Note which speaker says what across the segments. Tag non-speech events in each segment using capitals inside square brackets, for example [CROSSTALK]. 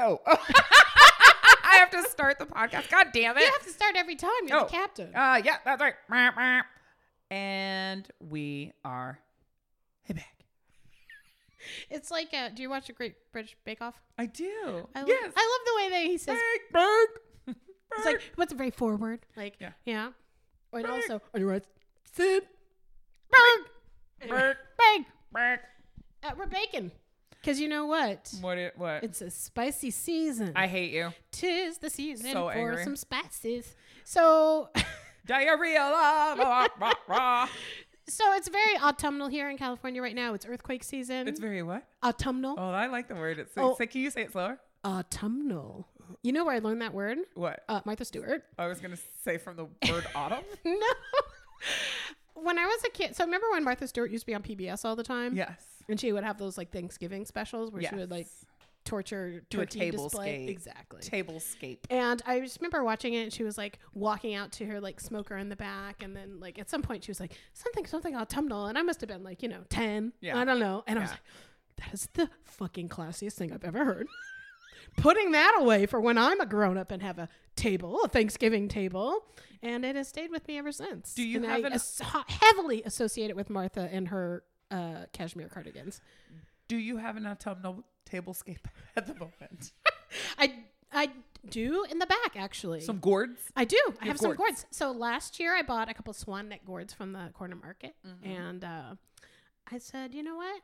Speaker 1: Oh, [LAUGHS] I have to start the podcast. God damn it.
Speaker 2: You have to start every time. You're
Speaker 1: Oh.
Speaker 2: the captain.
Speaker 1: Uh, yeah, that's right. Meow, meow. And we are hey back.
Speaker 2: it's like, uh, do you watch the Great British Bake Off?
Speaker 1: I do.
Speaker 2: I, lo-
Speaker 1: yes.
Speaker 2: I love the way that he says.
Speaker 1: Big bird. [LAUGHS]
Speaker 2: It's like what's very forward. Like
Speaker 1: Yeah.
Speaker 2: yeah. And
Speaker 1: Bake.
Speaker 2: also, on your right, Sid.
Speaker 1: Bird,
Speaker 2: Bang.
Speaker 1: bird, bird.
Speaker 2: Uh, we're baking. Cause you know what?
Speaker 1: What? It, what?
Speaker 2: It's a spicy season.
Speaker 1: I hate you.
Speaker 2: Tis the season
Speaker 1: So
Speaker 2: for
Speaker 1: angry.
Speaker 2: some spices. So, [LAUGHS]
Speaker 1: Diarrhea. la, la, la, la.
Speaker 2: so it's very autumnal here in California right now. It's earthquake season.
Speaker 1: It's very what?
Speaker 2: autumnal.
Speaker 1: Oh, I like the word. It's
Speaker 2: Oh.
Speaker 1: so can you say it slower?
Speaker 2: Autumnal. You know where I learned that word?
Speaker 1: What?
Speaker 2: Uh, Martha Stewart.
Speaker 1: I was gonna say from the
Speaker 2: [LAUGHS]
Speaker 1: word autumn.
Speaker 2: No. when I was a kid, so remember when Martha Stewart used to be on PBS all the time?
Speaker 1: yes.
Speaker 2: And she would have those like Thanksgiving specials where
Speaker 1: Yes.
Speaker 2: she would like torture
Speaker 1: Do a
Speaker 2: turkey
Speaker 1: table
Speaker 2: display.
Speaker 1: scape.
Speaker 2: Exactly.
Speaker 1: tablescape.
Speaker 2: and I just remember watching it and she was like walking out to her like smoker in the back and then like at some point she was like something something autumnal and I must have been like, you know, 10.
Speaker 1: Yeah.
Speaker 2: I don't know. And I was
Speaker 1: Yeah.
Speaker 2: like that is the fucking classiest thing I've ever heard. [LAUGHS] Putting that away for when I'm a grown up and have a table, a Thanksgiving table, and it has stayed with me ever since.
Speaker 1: Do you
Speaker 2: and
Speaker 1: have
Speaker 2: I
Speaker 1: an-
Speaker 2: as- heavily associate it with Martha and her uh, cashmere cardigans?
Speaker 1: Do you have an autumnal tablescape [LAUGHS] at the moment?
Speaker 2: I I do in the back actually.
Speaker 1: Some gourds.
Speaker 2: I do. I
Speaker 1: have
Speaker 2: have some
Speaker 1: gourds.
Speaker 2: gourds. So last year I bought a couple swan neck gourds from the corner market,
Speaker 1: Mm-hmm.
Speaker 2: and uh, I said, you know what?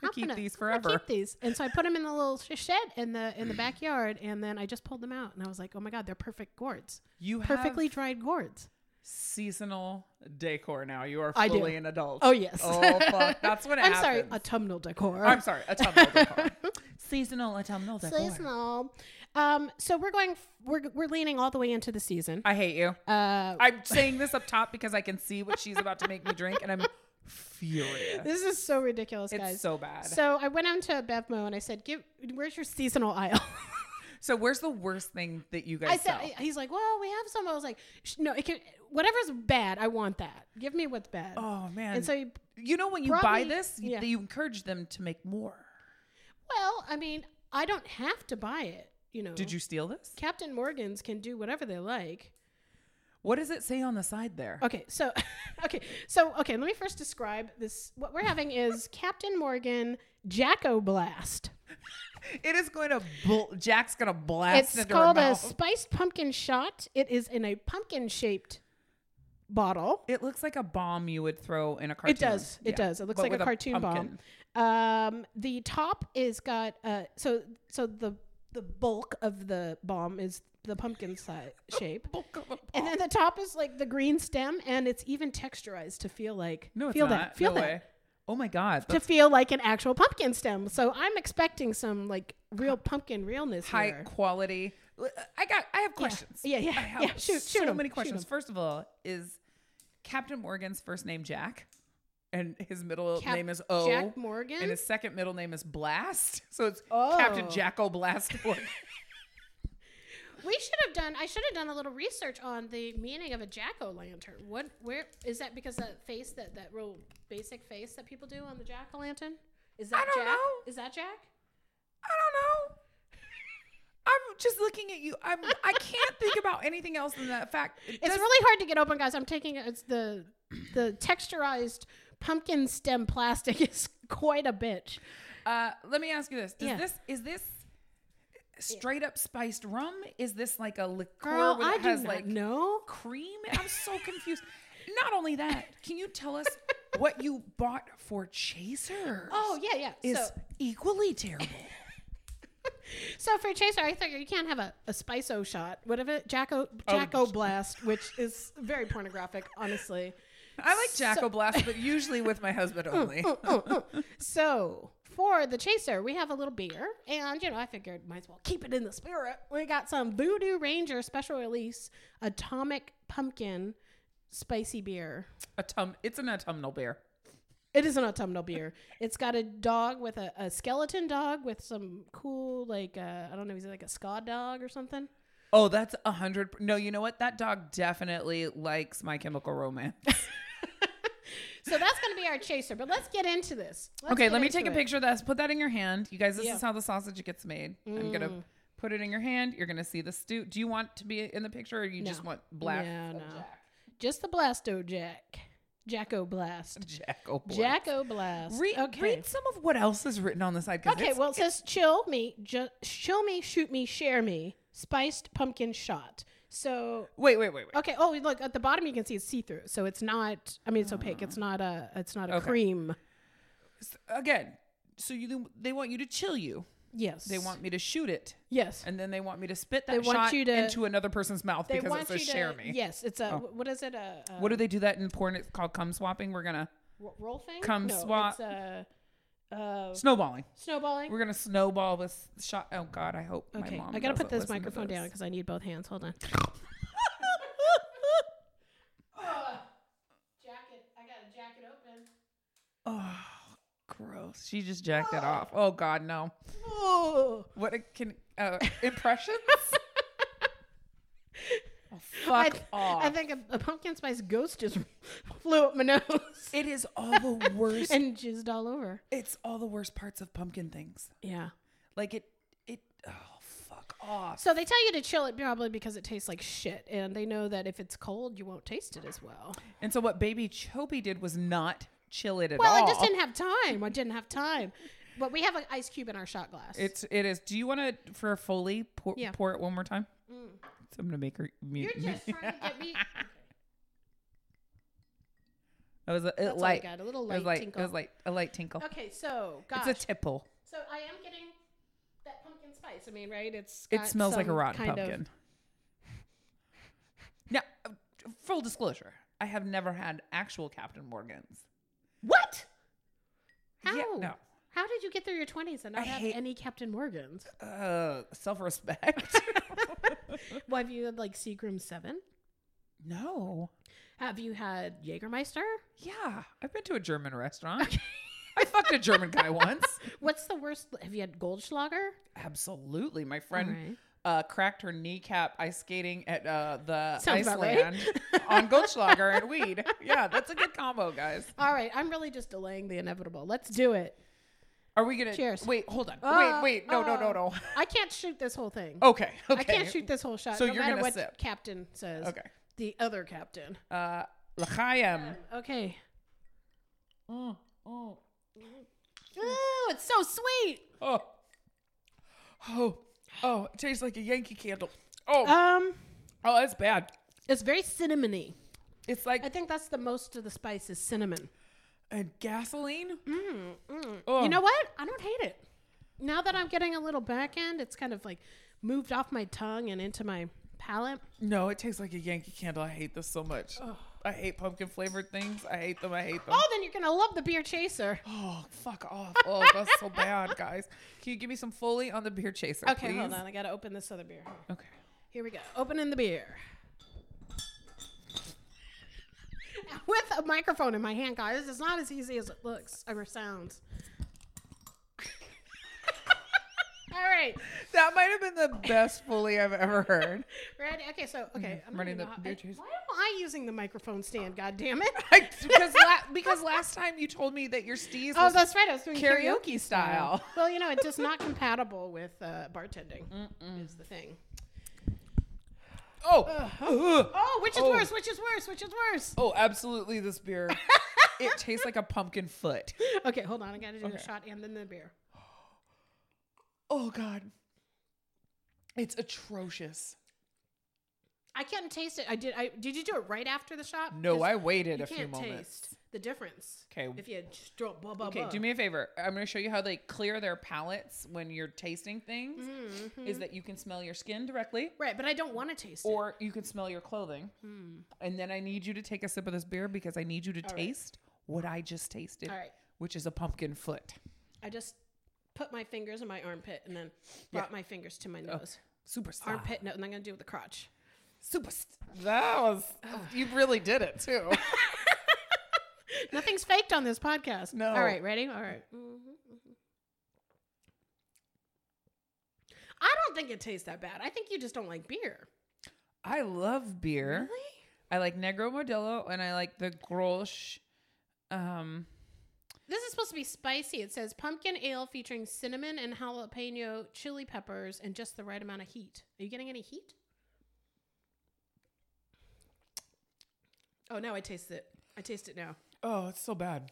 Speaker 1: We keep
Speaker 2: gonna-
Speaker 1: these
Speaker 2: I'm gonna
Speaker 1: forever.
Speaker 2: keep these, and so I put them in the little sh- shed in the
Speaker 1: [CLEARS THROAT]
Speaker 2: in the backyard, and then I just pulled them out, and I was like, oh my god, they're perfect gourds,
Speaker 1: You
Speaker 2: perfectly
Speaker 1: have
Speaker 2: dried gourds.
Speaker 1: seasonal decor now. You are
Speaker 2: I do.
Speaker 1: fully an adult.
Speaker 2: Oh yes.
Speaker 1: Oh fuck. That's
Speaker 2: [LAUGHS]
Speaker 1: what
Speaker 2: I'm sorry,
Speaker 1: happens.
Speaker 2: autumnal decor. [LAUGHS]
Speaker 1: I'm sorry. Autumnal decor. seasonal autumnal
Speaker 2: Seasonal. Um, so we're going. f- We're we're leaning all the way into the season.
Speaker 1: I hate you.
Speaker 2: Uh,
Speaker 1: I'm saying this up top because I can see what she's about to make me drink, and I'm furious.
Speaker 2: this is so ridiculous,
Speaker 1: It's
Speaker 2: guys.
Speaker 1: so bad. So,
Speaker 2: So I went onto Bevmo and I said, "Give, where's your seasonal aisle?" [LAUGHS]
Speaker 1: where's the worst thing that you guys
Speaker 2: I said,
Speaker 1: sell?
Speaker 2: "He's like, well, we have some." I was like, "Sh- "No, it can. Whatever's bad, I want that. Give me what's bad."
Speaker 1: oh man.
Speaker 2: and so, he,
Speaker 1: you know when you buy
Speaker 2: probably-
Speaker 1: this, you-
Speaker 2: yeah.
Speaker 1: you encourage them to make more.
Speaker 2: well, I mean, I don't have to buy it. You know,
Speaker 1: Did you steal this?
Speaker 2: Captain Morgan's can do whatever they like.
Speaker 1: What does it say on the side there?
Speaker 2: Okay, so, [LAUGHS] okay, so okay. Let me first describe this. What we're
Speaker 1: [LAUGHS]
Speaker 2: having is Captain Morgan Jacko Blast.
Speaker 1: It is going to bl- Jack's going to blast
Speaker 2: It's
Speaker 1: into
Speaker 2: called
Speaker 1: her
Speaker 2: a
Speaker 1: mouth.
Speaker 2: spiced pumpkin shot. It is in a pumpkin shaped bottle.
Speaker 1: it looks like a bomb you would throw in a cartoon.
Speaker 2: It does. It
Speaker 1: Yeah.
Speaker 2: does. It looks
Speaker 1: But
Speaker 2: like
Speaker 1: with
Speaker 2: a cartoon
Speaker 1: pumpkin.
Speaker 2: bomb. Um, the top is got uh, so so the the bulk of the bomb is the pumpkin si- shape,
Speaker 1: Bulk of a bomb.
Speaker 2: and then the top is like the green stem, and it's even texturized to feel like
Speaker 1: no, it's
Speaker 2: feel
Speaker 1: not.
Speaker 2: that feel
Speaker 1: no
Speaker 2: that
Speaker 1: way. Oh my god.
Speaker 2: to
Speaker 1: That's
Speaker 2: feel like an actual pumpkin stem. So I'm expecting some like real pumpkin realness
Speaker 1: high
Speaker 2: here.
Speaker 1: quality. I got I have questions.
Speaker 2: Yeah, yeah,
Speaker 1: I have
Speaker 2: yeah. Shoot,
Speaker 1: so
Speaker 2: shoot 'em,
Speaker 1: many
Speaker 2: shoot
Speaker 1: questions.
Speaker 2: 'em.
Speaker 1: First of all, is Captain Morgan's first name Jack and his middle
Speaker 2: Cap-
Speaker 1: name is O
Speaker 2: Jack Morgan.
Speaker 1: and his second middle name is Blast. So it's
Speaker 2: Oh.
Speaker 1: Captain Jack O Blast Morgan.
Speaker 2: We should have done. I should have done a little research on the meaning of a jack o' lantern. What? Where is that? Because that face, that that real basic face that people do on the jack o' lantern, is that
Speaker 1: I don't
Speaker 2: Jack?
Speaker 1: know.
Speaker 2: Is that Jack?
Speaker 1: I don't know. [LAUGHS] I'm just looking at you. I'm. I can't think about anything else than that fact. It
Speaker 2: It's
Speaker 1: does-
Speaker 2: really hard to get open, guys. I'm taking it- it's the the texturized pumpkin stem plastic [LAUGHS] is quite a bitch.
Speaker 1: uh, let me ask you this: Does
Speaker 2: Yeah.
Speaker 1: this is this straight up spiced rum? Is this like a liqueur
Speaker 2: Girl,
Speaker 1: with-
Speaker 2: I
Speaker 1: that
Speaker 2: do
Speaker 1: has
Speaker 2: not
Speaker 1: like
Speaker 2: know.
Speaker 1: cream? I'm so confused. Not only that, can you tell us what you bought for Chaser?
Speaker 2: Oh yeah, yeah.
Speaker 1: is
Speaker 2: so,
Speaker 1: equally terrible.
Speaker 2: so for chaser, I thought you can't have a, a spice o shot, whatever Jacko
Speaker 1: Oh.
Speaker 2: Jacko blast, which is very pornographic, honestly.
Speaker 1: [LAUGHS] I like Jack O' Blast, but usually with my husband [LAUGHS] only.
Speaker 2: [LAUGHS] So for the chaser, we have a little beer, and you know I figured might as well keep it in the spirit. We got some Voodoo Ranger special release Atomic Pumpkin spicy beer.
Speaker 1: Autumn. It's an autumnal beer.
Speaker 2: It is an
Speaker 1: [LAUGHS]
Speaker 2: autumnal beer. It's got a dog with a, a skeleton dog with some cool like uh, I don't know, is it like a ska dog or something?
Speaker 1: Oh, that's a hundred.
Speaker 2: [LAUGHS]
Speaker 1: No, you know what? That dog definitely likes My Chemical Romance.
Speaker 2: So that's going to
Speaker 1: [LAUGHS]
Speaker 2: be our chaser. But let's get into this. Let's
Speaker 1: okay,
Speaker 2: get
Speaker 1: let me
Speaker 2: into
Speaker 1: take a
Speaker 2: it.
Speaker 1: picture of this. Put that in your hand. You guys, this
Speaker 2: Yeah. Mm.
Speaker 1: is how the sausage gets made. I'm going to put it in your hand. You're going to see the stew. Do you want to be in the picture or you just
Speaker 2: No.
Speaker 1: want black?
Speaker 2: No, no. Just the Blasto Jack. Jacko Blast.
Speaker 1: Jack oh boy.
Speaker 2: Jacko Blast.
Speaker 1: Read,
Speaker 2: okay.
Speaker 1: read some of what else is written on the side. 'cause
Speaker 2: Okay,
Speaker 1: it's-
Speaker 2: well, it says chill me, ju- chill me, shoot me, share me, spiced pumpkin shot. So,
Speaker 1: wait, wait, wait, wait.
Speaker 2: okay. Oh, look at the bottom. You can see it's see through. So it's not. I mean, it's opaque. It's not a. It's not a
Speaker 1: Okay.
Speaker 2: cream.
Speaker 1: S- Again, so you they want you to chill you.
Speaker 2: Yes.
Speaker 1: They want me to shoot it,
Speaker 2: Yes.
Speaker 1: and then they want me to spit
Speaker 2: They
Speaker 1: that
Speaker 2: want
Speaker 1: shot
Speaker 2: you to-
Speaker 1: into another person's mouth because it says share me. Oh.
Speaker 2: Yes, it's a. What is it? A, a
Speaker 1: What do they do that in porn? It's called cum swapping. We're gonna
Speaker 2: ro- roll thing?
Speaker 1: Come
Speaker 2: no,
Speaker 1: swat-
Speaker 2: It's a, uh,
Speaker 1: snowballing.
Speaker 2: snowballing.
Speaker 1: We're gonna snowball this shot. Oh God, I hope my
Speaker 2: Okay,
Speaker 1: mom.
Speaker 2: I gotta
Speaker 1: doesn't
Speaker 2: put this
Speaker 1: listen to
Speaker 2: microphone down
Speaker 1: this.
Speaker 2: because I need both
Speaker 1: [LAUGHS]
Speaker 2: hands. Hold on. [LAUGHS] jacket. I got a jacket open.
Speaker 1: Oh, gross. She just jacked it off. Oh God, no.
Speaker 2: Oh,
Speaker 1: What a, can
Speaker 2: [LAUGHS]
Speaker 1: uh, impressions? oh, fuck
Speaker 2: I, th-
Speaker 1: off.
Speaker 2: I think a, a pumpkin spice ghost just [LAUGHS] flew up my nose
Speaker 1: it is all the worst.
Speaker 2: and jizzed all over.
Speaker 1: it's all the worst parts of pumpkin things.
Speaker 2: Yeah.
Speaker 1: Like it, it. Oh, fuck off.
Speaker 2: So they tell you to chill it probably because it tastes like shit, and they know that if it's cold, you won't taste it as well.
Speaker 1: And so what Baby Choppy did was not chill it at
Speaker 2: Well,
Speaker 1: all.
Speaker 2: I just didn't have time. I didn't have time. But we have an ice cube in our shot glass.
Speaker 1: It's it is. Do you want to for Foley pour,
Speaker 2: Yeah. Mm.
Speaker 1: pour it one more time? So I'm gonna make her
Speaker 2: You're
Speaker 1: mute. me. [LAUGHS]
Speaker 2: just trying to get me.
Speaker 1: That was a, it
Speaker 2: That's all I
Speaker 1: light.
Speaker 2: got, a little
Speaker 1: it was
Speaker 2: light
Speaker 1: like it
Speaker 2: tinkle.
Speaker 1: was like a light tinkle.
Speaker 2: Okay, so gosh,
Speaker 1: It's a tipple.
Speaker 2: so I am getting that pumpkin spice. I mean, right? It's
Speaker 1: It
Speaker 2: got
Speaker 1: smells like a
Speaker 2: some
Speaker 1: rotten
Speaker 2: kind of-
Speaker 1: pumpkin. Now, uh, full disclosure, I have never had actual Captain Morgans.
Speaker 2: what? How?
Speaker 1: Yeah, no.
Speaker 2: How did you get through your twenties and not
Speaker 1: I
Speaker 2: have
Speaker 1: hate-
Speaker 2: any
Speaker 1: [LAUGHS]
Speaker 2: Captain Morgans?
Speaker 1: Uh, self respect.
Speaker 2: well, have you had like Seagram Seven?
Speaker 1: [LAUGHS] no.
Speaker 2: Have you had Jägermeister?
Speaker 1: Yeah, I've been to a German restaurant. I fucked a German
Speaker 2: [LAUGHS]
Speaker 1: guy once.
Speaker 2: What's the worst? Have you had Goldschlager?
Speaker 1: Absolutely, my friend.
Speaker 2: All right.
Speaker 1: uh, cracked her kneecap ice skating at uh, the
Speaker 2: Sounds about right.
Speaker 1: Iceland
Speaker 2: [LAUGHS]
Speaker 1: on Goldschlager and weed. Yeah, that's a good combo, guys.
Speaker 2: All right, I'm really just delaying the inevitable. Let's do it.
Speaker 1: Are we gonna?
Speaker 2: Cheers.
Speaker 1: Wait, hold on.
Speaker 2: Uh,
Speaker 1: wait, wait. No, no, no,
Speaker 2: uh,
Speaker 1: no.
Speaker 2: I can't shoot this whole thing.
Speaker 1: [LAUGHS] Okay, okay.
Speaker 2: I can't shoot this whole shot.
Speaker 1: So
Speaker 2: no
Speaker 1: you're
Speaker 2: matter
Speaker 1: gonna
Speaker 2: what
Speaker 1: sip.
Speaker 2: captain says.
Speaker 1: Okay.
Speaker 2: The other captain.
Speaker 1: Uh, l'chaim.
Speaker 2: Okay.
Speaker 1: Mm, mm.
Speaker 2: Ooh, it's so sweet.
Speaker 1: Oh, oh, oh! It tastes like a Yankee candle. Oh,
Speaker 2: Um,
Speaker 1: oh, that's bad.
Speaker 2: it's very cinnamony.
Speaker 1: It's like
Speaker 2: I think that's the most of the spice is cinnamon.
Speaker 1: a gasoline.
Speaker 2: You
Speaker 1: Oh.
Speaker 2: know what? I don't hate it. Now that I'm getting a little back end, it's kind of like moved off my tongue and into my palate.
Speaker 1: No, it tastes like a Yankee candle. I hate this so much. I hate pumpkin flavored things. I hate them. I hate them.
Speaker 2: Oh, then you're gonna love the beer chaser.
Speaker 1: Oh, fuck off. Oh, that's so
Speaker 2: [LAUGHS]
Speaker 1: bad, guys. Can you give me some Foley on the beer chaser,
Speaker 2: Okay,
Speaker 1: please?
Speaker 2: hold on. I gotta open this other beer.
Speaker 1: Okay.
Speaker 2: Here we go. Opening the beer. [LAUGHS] With a microphone in my hand, guys. It's not as easy as it looks or sounds. [LAUGHS] All right.
Speaker 1: That might have been the best Foley I've ever
Speaker 2: [LAUGHS]
Speaker 1: heard.
Speaker 2: Ready? Okay, so, okay. I'm
Speaker 1: Mm-hmm. running
Speaker 2: running the
Speaker 1: the
Speaker 2: how,
Speaker 1: beer
Speaker 2: I-
Speaker 1: chase.
Speaker 2: Why am I using the microphone stand? God damn it.
Speaker 1: [LAUGHS] I, because,
Speaker 2: [LAUGHS]
Speaker 1: la- because last time you told me that your steez
Speaker 2: Oh,
Speaker 1: was
Speaker 2: that's right. I was doing
Speaker 1: karaoke,
Speaker 2: karaoke.
Speaker 1: style.
Speaker 2: [LAUGHS] Well, you know, it's just not compatible with uh, bartending, is the thing.
Speaker 1: Oh. Ugh.
Speaker 2: Oh, which is
Speaker 1: Oh.
Speaker 2: worse? Which is worse? Which is worse?
Speaker 1: Oh, absolutely, this beer. it tastes like a pumpkin foot.
Speaker 2: [LAUGHS] Okay, hold on. I got to do the
Speaker 1: Okay.
Speaker 2: shot and then the beer.
Speaker 1: Oh, God. It's atrocious.
Speaker 2: I couldn't taste it. I did. I did you do it right after the shot?
Speaker 1: No, I
Speaker 2: Because
Speaker 1: waited
Speaker 2: you
Speaker 1: a few
Speaker 2: can't
Speaker 1: moments.
Speaker 2: taste the difference.
Speaker 1: 'Kay.
Speaker 2: If you just draw blah blah
Speaker 1: Okay,
Speaker 2: blah.
Speaker 1: do me a favor. I'm going to show you how they clear their palates when you're tasting things.
Speaker 2: Mm-hmm.
Speaker 1: Is that you can smell your skin directly,
Speaker 2: right, but I don't want to taste
Speaker 1: or you can smell your clothing.
Speaker 2: Hmm.
Speaker 1: And then I need you to take a sip of this beer because I need you to taste what I just tasted,
Speaker 2: it. All right,
Speaker 1: which is a pumpkin foot.
Speaker 2: I just put my fingers in my armpit and then brought my fingers to my
Speaker 1: Oh,
Speaker 2: nose.
Speaker 1: Super soft.
Speaker 2: Armpit, no, and I'm gonna do it with the crotch.
Speaker 1: Super. St- that was. You really did it
Speaker 2: [LAUGHS]
Speaker 1: too.
Speaker 2: Nothing's faked on this podcast.
Speaker 1: No.
Speaker 2: All right, ready? All right. Mm-hmm, I don't think it tastes that bad. I think you just don't like beer.
Speaker 1: I love beer. I like Negro Modelo and I like the Grolsch Um,
Speaker 2: This is supposed to be spicy. It says pumpkin ale featuring cinnamon and jalapeno chili peppers and just the right amount of heat. Are you getting any heat? Oh, now I taste it. I taste it now.
Speaker 1: oh, it's so bad.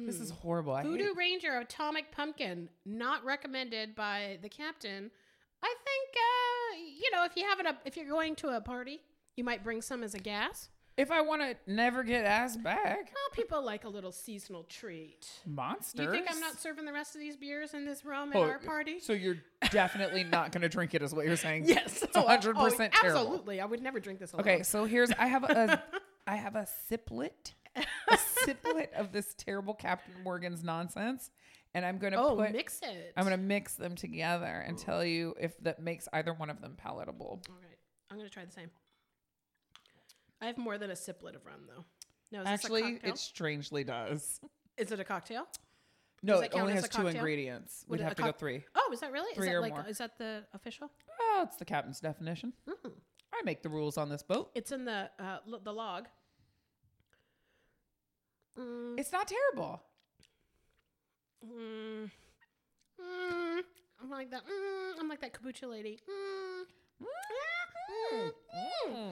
Speaker 1: This is horrible. I hate
Speaker 2: Mm. Voodoo Ranger Atomic Pumpkin, not recommended by the captain. I think uh, you know if you have an if you're going to a party, you might bring some as a gas.
Speaker 1: If I want to never get asked back,
Speaker 2: Oh, people like a little seasonal treat.
Speaker 1: monsters.
Speaker 2: You think I'm not serving the rest of these beers in this room at
Speaker 1: Oh,
Speaker 2: our party?
Speaker 1: So you're definitely not going to drink it, is what you're
Speaker 2: [LAUGHS]
Speaker 1: saying?
Speaker 2: Yes,
Speaker 1: It's 100% terrible.
Speaker 2: Oh, Absolutely, I would never drink this alone.
Speaker 1: Okay, so here's I have a I have a siplet, a
Speaker 2: [LAUGHS]
Speaker 1: siplet of this terrible Captain Morgan's nonsense, and I'm going to
Speaker 2: Oh,
Speaker 1: put
Speaker 2: mix it.
Speaker 1: I'm going to mix them together and tell you if that makes either one of them palatable.
Speaker 2: All right, I'm gonna try the same. I have more than a siplet of rum, though. No, is
Speaker 1: Actually,
Speaker 2: this a cocktail?
Speaker 1: it strangely does.
Speaker 2: is it a cocktail?
Speaker 1: No,
Speaker 2: Does that
Speaker 1: it
Speaker 2: count
Speaker 1: only
Speaker 2: as
Speaker 1: has
Speaker 2: a
Speaker 1: two
Speaker 2: cocktail?
Speaker 1: ingredients.
Speaker 2: Would
Speaker 1: We'd
Speaker 2: it-
Speaker 1: have
Speaker 2: a
Speaker 1: to
Speaker 2: cock-
Speaker 1: go three.
Speaker 2: Oh, is that really?
Speaker 1: Three
Speaker 2: is that
Speaker 1: or
Speaker 2: like
Speaker 1: more.
Speaker 2: is that the official? Mm-hmm.
Speaker 1: Oh, it's the captain's definition. I make the rules on this boat.
Speaker 2: It's in the uh, l- the log. Mm,
Speaker 1: It's not terrible.
Speaker 2: mm, mm. I'm like that. Mm, I'm like that kombucha lady. Mm.
Speaker 1: Mm.
Speaker 2: Mm.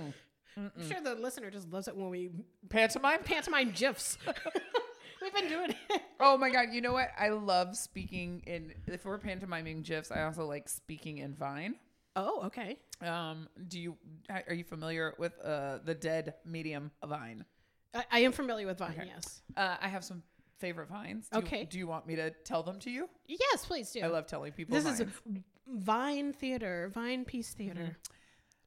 Speaker 2: I'm Mm-hmm. sure the listener just loves it when we
Speaker 1: Pantomime.
Speaker 2: pantomime gifs. [LAUGHS] We've been doing it.
Speaker 1: Oh my god! You know what? I love speaking in. If we're pantomiming gifs, I also like speaking in Vine.
Speaker 2: Oh, okay.
Speaker 1: Um, do you are you familiar with uh the dead medium Vine?
Speaker 2: I, I am familiar with Vine. Yes.
Speaker 1: Uh, I have some favorite vines. Do you-
Speaker 2: Okay.
Speaker 1: do you want me to tell them to you?
Speaker 2: Yes, please do.
Speaker 1: I love telling people.
Speaker 2: this
Speaker 1: vines.
Speaker 2: is Vine theater, Vine piece theater.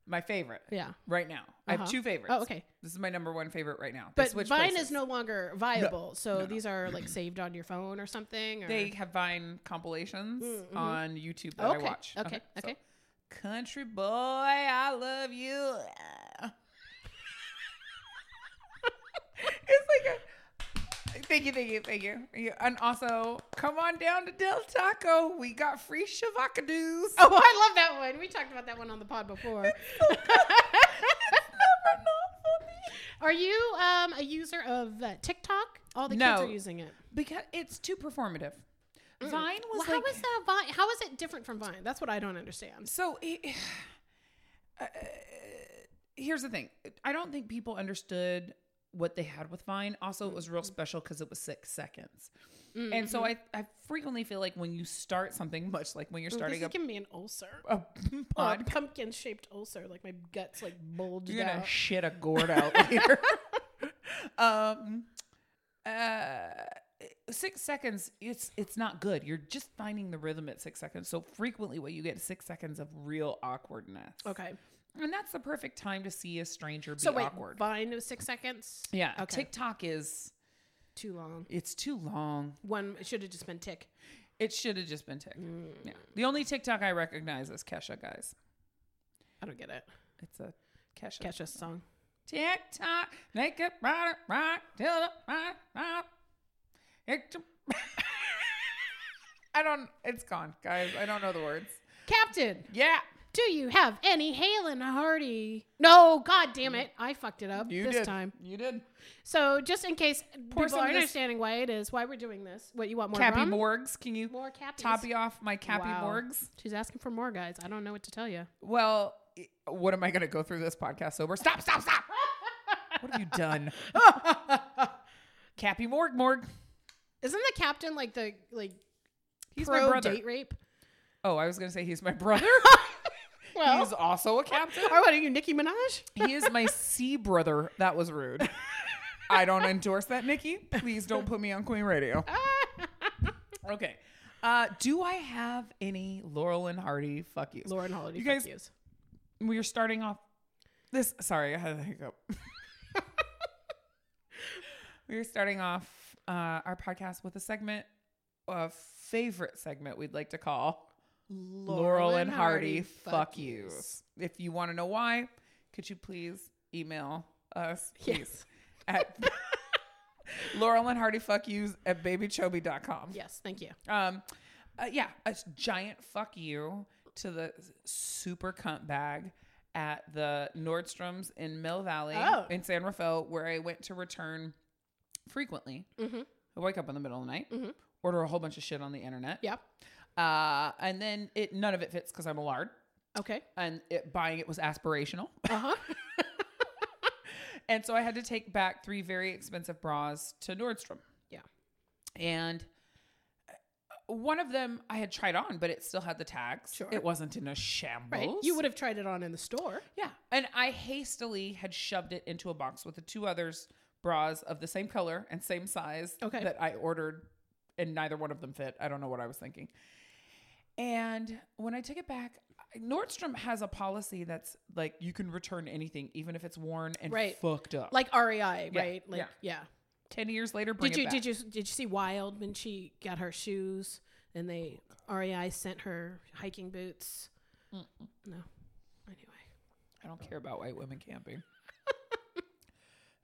Speaker 1: my favorite
Speaker 2: Yeah.
Speaker 1: Mm-hmm. right now. I have
Speaker 2: Uh-huh.
Speaker 1: two favorites.
Speaker 2: Oh, okay.
Speaker 1: This is my number one favorite right now. They
Speaker 2: But Vine
Speaker 1: switch
Speaker 2: is
Speaker 1: places.
Speaker 2: no longer viable, so these are
Speaker 1: Mm-hmm.
Speaker 2: like saved on your phone or something. Or
Speaker 1: They have Vine compilations on YouTube that I
Speaker 2: Mm-hmm. Okay,
Speaker 1: watch.
Speaker 2: okay,
Speaker 1: so,
Speaker 2: okay.
Speaker 1: Country boy, I love you. [LAUGHS] it's like a thank you, thank you, thank you. Yeah, And also, come on down to Del Taco. We got free shavakadoos.
Speaker 2: Oh, [LAUGHS] I love that one. We talked about that one on the
Speaker 1: [LAUGHS]
Speaker 2: pod before. are you um, a user of uh, TikTok? All the kids
Speaker 1: No.
Speaker 2: are using it.
Speaker 1: Because it's too performative. Vine was
Speaker 2: Well,
Speaker 1: like
Speaker 2: how is that Vine? How is it different from Vine? That's what I don't understand.
Speaker 1: So it, [SIGHS] uh, here's the thing. I don't think people understood what they had with Vine. Also, it was real
Speaker 2: Mm-hmm.
Speaker 1: special because it was six seconds. And so I, I frequently feel like when you start something, much like when you're starting
Speaker 2: this
Speaker 1: a,
Speaker 2: is giving me an ulcer.
Speaker 1: a
Speaker 2: A
Speaker 1: pod,
Speaker 2: pumpkin shaped ulcer, like my guts like bulged
Speaker 1: you're gonna
Speaker 2: out.
Speaker 1: shit a
Speaker 2: [LAUGHS]
Speaker 1: gourd out later. [LAUGHS] um, uh, six seconds. It's it's not good. You're just finding the rhythm at six seconds. So frequently, what you get is six seconds of real awkwardness.
Speaker 2: Okay.
Speaker 1: And that's the perfect time to see a stranger be
Speaker 2: So wait,
Speaker 1: awkward.
Speaker 2: Vine was six seconds.
Speaker 1: yeah,
Speaker 2: Okay.
Speaker 1: TikTok is
Speaker 2: Too long.
Speaker 1: it's too long.
Speaker 2: One it should have just been tick.
Speaker 1: It should have just been Tik. Yeah. The only TikTok I recognize is Kesha, guys.
Speaker 2: I don't get it.
Speaker 1: It's a Kesha.
Speaker 2: Catch a song.
Speaker 1: TikTok, make it right, right, till the right, right. It- [LAUGHS] I don't. It's gone, guys. I don't know the words.
Speaker 2: Captain,
Speaker 1: Yeah,
Speaker 2: do you have any Hale and Hardy? No, god damn it. I fucked it up
Speaker 1: you
Speaker 2: this
Speaker 1: did.
Speaker 2: time.
Speaker 1: You did.
Speaker 2: So just in case people
Speaker 1: some of
Speaker 2: are
Speaker 1: this-
Speaker 2: understanding why it is, why we're doing this. What you want more
Speaker 1: Cappy
Speaker 2: rum?
Speaker 1: Morgs, can you
Speaker 2: More cappies.
Speaker 1: copy off my Cappy
Speaker 2: Wow.
Speaker 1: Morgs?
Speaker 2: She's asking for more guys. I don't know what to tell you.
Speaker 1: Well, i- what am I going to go through this podcast sober? Stop, stop, stop. what have you
Speaker 2: [LAUGHS]
Speaker 1: done? Cappy Morg Morg.
Speaker 2: Isn't the captain like the like
Speaker 1: He's my
Speaker 2: pro
Speaker 1: brother.
Speaker 2: date rape?
Speaker 1: Oh, I was going to say he's my brother.
Speaker 2: [LAUGHS] Well,
Speaker 1: he's also a
Speaker 2: [LAUGHS]
Speaker 1: captain.
Speaker 2: or what are you, Nicki Minaj?
Speaker 1: He is my C brother. That was rude. I don't endorse that, Nikki. Please don't put me on Queen
Speaker 2: [LAUGHS]
Speaker 1: Radio. Okay. Uh, do I have any Laurel and Hardy fuck yous?
Speaker 2: Lauren Holiday.
Speaker 1: You
Speaker 2: You
Speaker 1: guys- We are starting off this. Sorry, I had a hiccup. we are starting off uh, our podcast with a segment, a favorite segment we'd like to call Laurel, and Hardy, fuck, yous. If you want to know why, could you please email [LAUGHS] us?
Speaker 2: Yes.
Speaker 1: please, At [LAUGHS] Laurel and Hardy fuck yous at babychoby.com.
Speaker 2: Yes, thank you.
Speaker 1: Um, uh, yeah, a s- giant fuck you to the s- super cunt bag at the Nordstrom's in Mill Valley
Speaker 2: Oh.
Speaker 1: in San Rafael, where I went to return frequently.
Speaker 2: Mhm.
Speaker 1: I wake up in the middle of the night,
Speaker 2: Mhm.
Speaker 1: order a whole bunch of shit on the internet.
Speaker 2: Yep.
Speaker 1: Uh, and then it none of it fits because I'm a lard. [LAUGHS]
Speaker 2: Okay.
Speaker 1: And it, buying it was aspirational.
Speaker 2: Uh huh.
Speaker 1: And so I had to take back three very expensive bras to Nordstrom.
Speaker 2: Yeah.
Speaker 1: And uh, one of them I had tried on, but it still had the tags.
Speaker 2: Sure.
Speaker 1: It wasn't in a
Speaker 2: right.
Speaker 1: shambles.
Speaker 2: You would have tried it on in the store.
Speaker 1: Yeah. And I hastily had shoved it into a box with the two others bras of the same color and same size
Speaker 2: Okay.
Speaker 1: that I ordered and neither one of them fit. I don't know what I was thinking. And when I took it back, Nordstrom has a policy that's like you can return anything even if it's worn and
Speaker 2: Right.
Speaker 1: fucked up.
Speaker 2: Like REI,
Speaker 1: Yeah,
Speaker 2: right? Like
Speaker 1: yeah.
Speaker 2: yeah.
Speaker 1: 10 years later bring
Speaker 2: Did
Speaker 1: it
Speaker 2: you
Speaker 1: back.
Speaker 2: did you did you see Wild when she got her shoes and they REI sent her hiking boots? No. Anyway.
Speaker 1: I don't care about white women [LAUGHS] camping.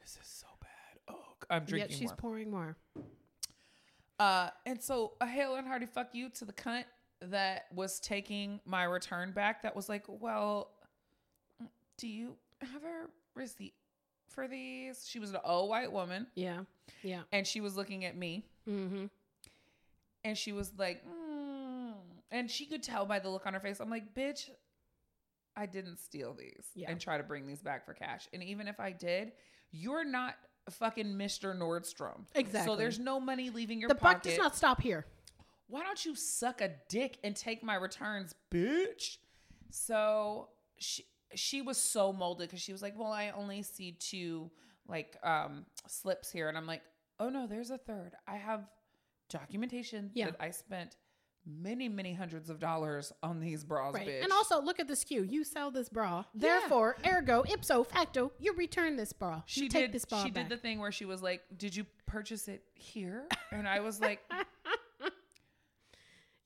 Speaker 1: this is so bad. Oh, I'm drinking
Speaker 2: Yet she's
Speaker 1: more.
Speaker 2: pouring more.
Speaker 1: Uh, and so a hail and hearty fuck you to the cunt that was taking my return back. That was like, well, mm, do you have a receipt for these? She was an old white woman,
Speaker 2: Yeah. Yeah.
Speaker 1: and she was looking at me,
Speaker 2: Mm-hmm.
Speaker 1: and she was like, mm. and she could tell by the look on her face. I'm like, bitch, I didn't steal these
Speaker 2: Yeah.
Speaker 1: and try to bring these back for cash. And even if I did, you're not fucking Mr. Nordstrom.
Speaker 2: Exactly.
Speaker 1: So there's no money leaving your
Speaker 2: The
Speaker 1: pocket.
Speaker 2: buck does not stop here.
Speaker 1: why don't you suck a dick and take my returns, bitch? So she she was so molded because she was like, well, I only see two like um slips here, and I'm like, oh no, there's a third. I have documentation
Speaker 2: Yeah.
Speaker 1: that I spent many many hundreds of dollars on these bras,
Speaker 2: Right.
Speaker 1: bitch.
Speaker 2: And also look at the skew. You sell this bra.
Speaker 1: Yeah.
Speaker 2: Therefore, ergo, ipso facto, you return this bra.
Speaker 1: she
Speaker 2: you
Speaker 1: did
Speaker 2: take this bra
Speaker 1: she
Speaker 2: back.
Speaker 1: did the thing where she was like, did you purchase it here? And I was
Speaker 2: [LAUGHS]
Speaker 1: like,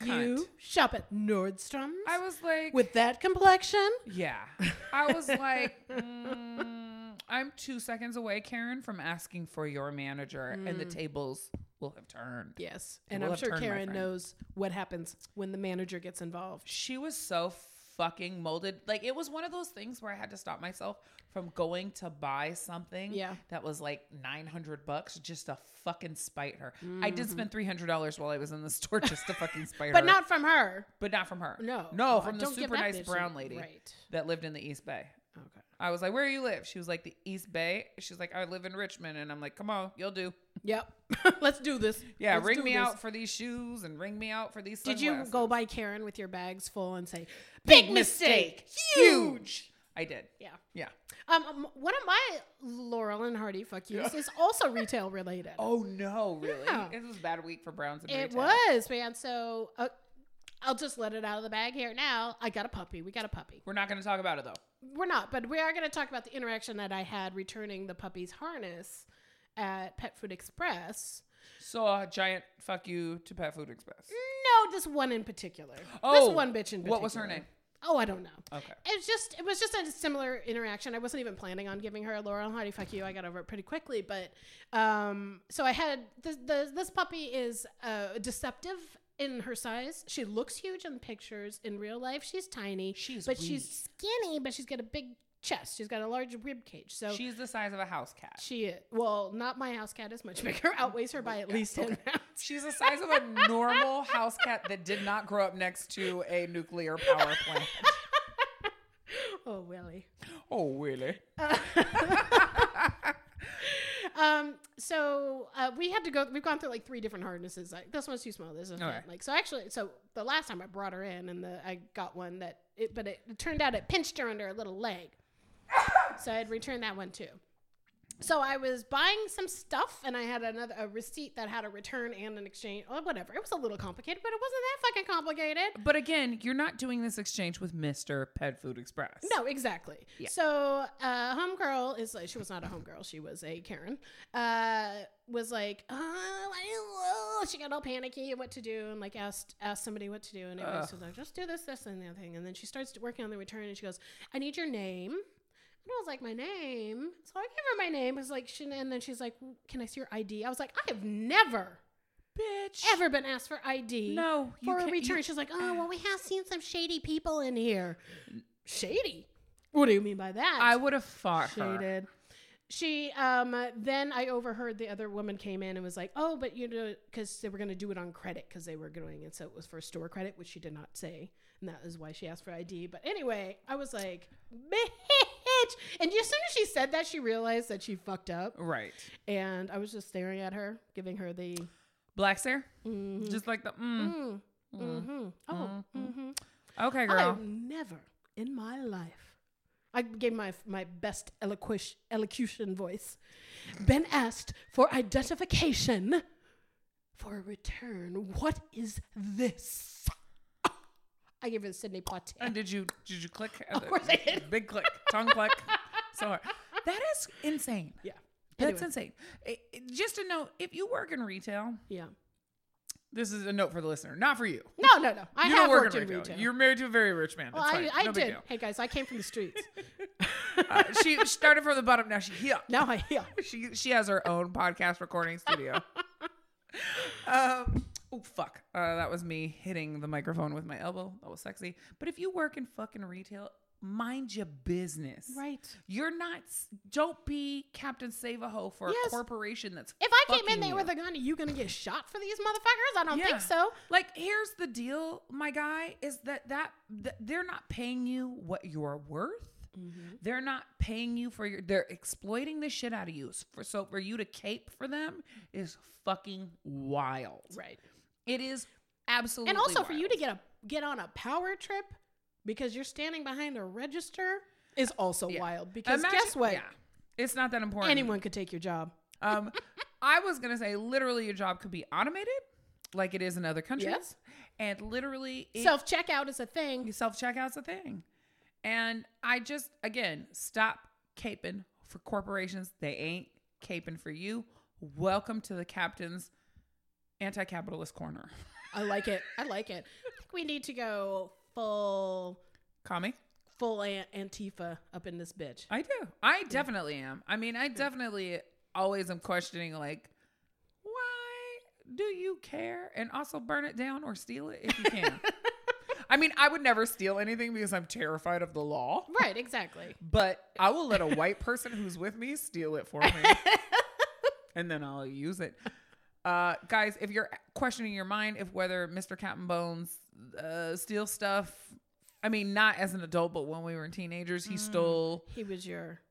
Speaker 2: You
Speaker 1: cunt.
Speaker 2: shop at Nordstrom's
Speaker 1: I was like,
Speaker 2: with that complexion.
Speaker 1: Yeah. I was like, mm, I'm two seconds away, Karen, from asking for your manager, and the
Speaker 2: Mm.
Speaker 1: tables will have turned.
Speaker 2: Yes.
Speaker 1: It
Speaker 2: And
Speaker 1: will
Speaker 2: I'm
Speaker 1: have
Speaker 2: sure
Speaker 1: turned, my
Speaker 2: Karen
Speaker 1: friend.
Speaker 2: knows what happens when the manager gets involved.
Speaker 1: She was so fucking molded. Like, it was one of those things where I had to stop myself from going to buy something
Speaker 2: Yeah.
Speaker 1: that was like 900 bucks just to fucking spite her. I did spend $300 while I was in the store just to
Speaker 2: [LAUGHS]
Speaker 1: fucking spite her.
Speaker 2: Mm-hmm. But not from her.
Speaker 1: But not from her.
Speaker 2: No. Oh,
Speaker 1: No, from the
Speaker 2: Don't give
Speaker 1: super
Speaker 2: that
Speaker 1: nice
Speaker 2: bitch
Speaker 1: brown
Speaker 2: a-
Speaker 1: lady
Speaker 2: Right.
Speaker 1: that lived in the East Bay.
Speaker 2: Okay.
Speaker 1: I was like, "Where do you live?" She was like, "The East Bay." She's like, "I live in Richmond," and I'm like, "Come on, you'll do."
Speaker 2: Yep. [LAUGHS] Let's do this.
Speaker 1: Yeah,
Speaker 2: Let's
Speaker 1: ring
Speaker 2: do
Speaker 1: me
Speaker 2: this.
Speaker 1: out for these shoes and ring me out for these.
Speaker 2: Did you
Speaker 1: sunglasses.
Speaker 2: go by Karen with your bags full and say,
Speaker 1: Big mistake, huge. I did.
Speaker 2: Yeah.
Speaker 1: Yeah.
Speaker 2: Um, um, one of my Laurel and Hardy fuck yous is also retail related.
Speaker 1: [LAUGHS] Oh no, really?
Speaker 2: Yeah.
Speaker 1: It was a bad week for Browns and
Speaker 2: it
Speaker 1: retail.
Speaker 2: was, man. So uh, I'll just let it out of the bag here now. I got a puppy. We got a puppy.
Speaker 1: We're not going to talk about it though.
Speaker 2: We're not, but we are going to talk about the interaction that I had returning the puppy's harness at Pet Food Express.
Speaker 1: So a giant fuck you to Pet Food Express.
Speaker 2: No, just one in particular.
Speaker 1: Oh,
Speaker 2: this Mm, one bitch in particular.
Speaker 1: what was her name?
Speaker 2: Oh, I don't know.
Speaker 1: Okay.
Speaker 2: It was just it was just a similar interaction. I wasn't even planning on giving her a Laurel and Hardy fuck you. I got over it pretty quickly, but um, so I had this the, this puppy is uh, deceptive in her size. She looks huge in pictures. In real life, she's tiny.
Speaker 1: She's
Speaker 2: but she's skinny, but she's got a big chest. She's got a large rib cage. So
Speaker 1: She's the size of a house cat.
Speaker 2: she well, not my house cat is much [LAUGHS] bigger. Outweighs her by at least ten pounds. [LAUGHS]
Speaker 1: She's the size of a normal house cat that did not grow up next to a nuclear power plant.
Speaker 2: [LAUGHS] Oh, Willie.
Speaker 1: Oh, Willie.
Speaker 2: Um, so uh, we had to go. We've gone through like three different harnesses. Like this one's too small. This one's
Speaker 1: Okay.
Speaker 2: like so. Actually, so the last time I brought her in, and the I got one that, it, but it, turned out it pinched her under her little leg. so I had returned that one too. So I was buying some stuff, and I had another a receipt that had a return and an exchange. Or whatever. It was a little complicated, but it wasn't that fucking complicated.
Speaker 1: But again, you're not doing this exchange with Mr. Pet Food Express.
Speaker 2: No, exactly. So, uh, homegirl is like, she was not a homegirl. She was a Karen. Uh, was like, oh, I don't know." she got all panicky and what to do, and like asked asked somebody what to do, and it was just like, just do this, this, and the other thing. And then she starts working on the return, and she goes, I need your name. And I was like, my name. So I gave her my name. I was like, she, and then she's like, can I see your ID? I was like, I have never
Speaker 1: bitch.
Speaker 2: ever been asked for ID
Speaker 1: No, you
Speaker 2: for a
Speaker 1: can't-
Speaker 2: return.
Speaker 1: you-
Speaker 2: She's like, oh, well, we have seen some shady people in here. Shady? What do you mean by that?
Speaker 1: I would have fought her.
Speaker 2: shaded. she um then I overheard the other woman came in and was like, "Oh, but you know, because they were going to do it on credit because they were doing it, so it was for store credit, which she did not say, and that is why she asked for ID." But anyway, I was like, "Bitch!" And as soon as she said that, she realized that she fucked up,
Speaker 1: Right.
Speaker 2: and I was just staring at her, giving her the
Speaker 1: Black stare?
Speaker 2: mm,
Speaker 1: Just like the mm.
Speaker 2: mm, hmm oh,
Speaker 1: Mm-hmm.
Speaker 2: hmm
Speaker 1: Okay,
Speaker 2: I
Speaker 1: girl.
Speaker 2: never in my life. I gave my my best eloquish, elocution voice. Been asked for identification for a return. What is this? I gave her the Sydney
Speaker 1: and [LAUGHS]
Speaker 2: Poitier.
Speaker 1: did you did you click? Uh,
Speaker 2: Of course I
Speaker 1: [LAUGHS]
Speaker 2: did.
Speaker 1: Big click. Tongue
Speaker 2: [LAUGHS]
Speaker 1: click. So hard. That is insane.
Speaker 2: Yeah.
Speaker 1: That's
Speaker 2: Anyway.
Speaker 1: insane. I- I- just a note, if you work in retail,
Speaker 2: Yeah.
Speaker 1: this is a note for the listener, not for you.
Speaker 2: No, no, no. I
Speaker 1: you
Speaker 2: have worked in retail.
Speaker 1: You're married to a very rich man.
Speaker 2: well,
Speaker 1: It's
Speaker 2: I,
Speaker 1: fine.
Speaker 2: I
Speaker 1: no big
Speaker 2: did.
Speaker 1: deal.
Speaker 2: Hey guys, I came from
Speaker 1: [LAUGHS]
Speaker 2: the streets.
Speaker 1: Uh, she started from the bottom. Now she here.
Speaker 2: [LAUGHS] now I yeah.
Speaker 1: She she has her own podcast recording
Speaker 2: [LAUGHS]
Speaker 1: studio. um, oh fuck, uh, that was me hitting the microphone with my elbow. That was sexy. But if you work in fucking retail, mind your business.
Speaker 2: Right.
Speaker 1: You're not. s- Don't be Captain Save a Ho for
Speaker 2: Yes.
Speaker 1: a corporation that's.
Speaker 2: If I came in
Speaker 1: fucking
Speaker 2: there
Speaker 1: you.
Speaker 2: with a gun, are you gonna get shot for these motherfuckers? I don't
Speaker 1: Yeah.
Speaker 2: think so.
Speaker 1: Like, here's the deal, my guy, is that that, that they're not paying you what you're worth.
Speaker 2: Mm-hmm.
Speaker 1: They're not paying you for your. They're exploiting the shit out of you. S- For so for you to cape for them is fucking wild.
Speaker 2: Right.
Speaker 1: It is absolutely.
Speaker 2: and also for
Speaker 1: wild.
Speaker 2: you to get a get on a power trip because you're standing behind a register is also
Speaker 1: Yeah.
Speaker 2: wild because
Speaker 1: Imagine-
Speaker 2: guess what
Speaker 1: Yeah, it's not that important.
Speaker 2: anyone could take your job
Speaker 1: [LAUGHS] Um, I was gonna say literally your job could be automated, like it is in other countries,
Speaker 2: Yes.
Speaker 1: and literally it-
Speaker 2: self checkout is a thing
Speaker 1: self checkout's a thing. And I just again stop caping for corporations. They ain't caping for you. Welcome to the captain's anti-capitalist corner.
Speaker 2: i like it i like it i think we need to go full
Speaker 1: Kami,
Speaker 2: full an- antifa up in this bitch
Speaker 1: I do. I definitely am. I mean, I definitely always am questioning like, why do you care? And also burn it down or steal it if you [LAUGHS] can. I mean, I would never steal anything because I'm terrified of the law.
Speaker 2: right exactly
Speaker 1: but I will let a [LAUGHS] white person who's with me steal it for me. [LAUGHS] and then I'll use it. Uh, guys, if you're questioning your mind if whether Mr. Captain Bones uh, steals stuff, I mean, not as an adult, but when we were teenagers, he stole.
Speaker 2: he was your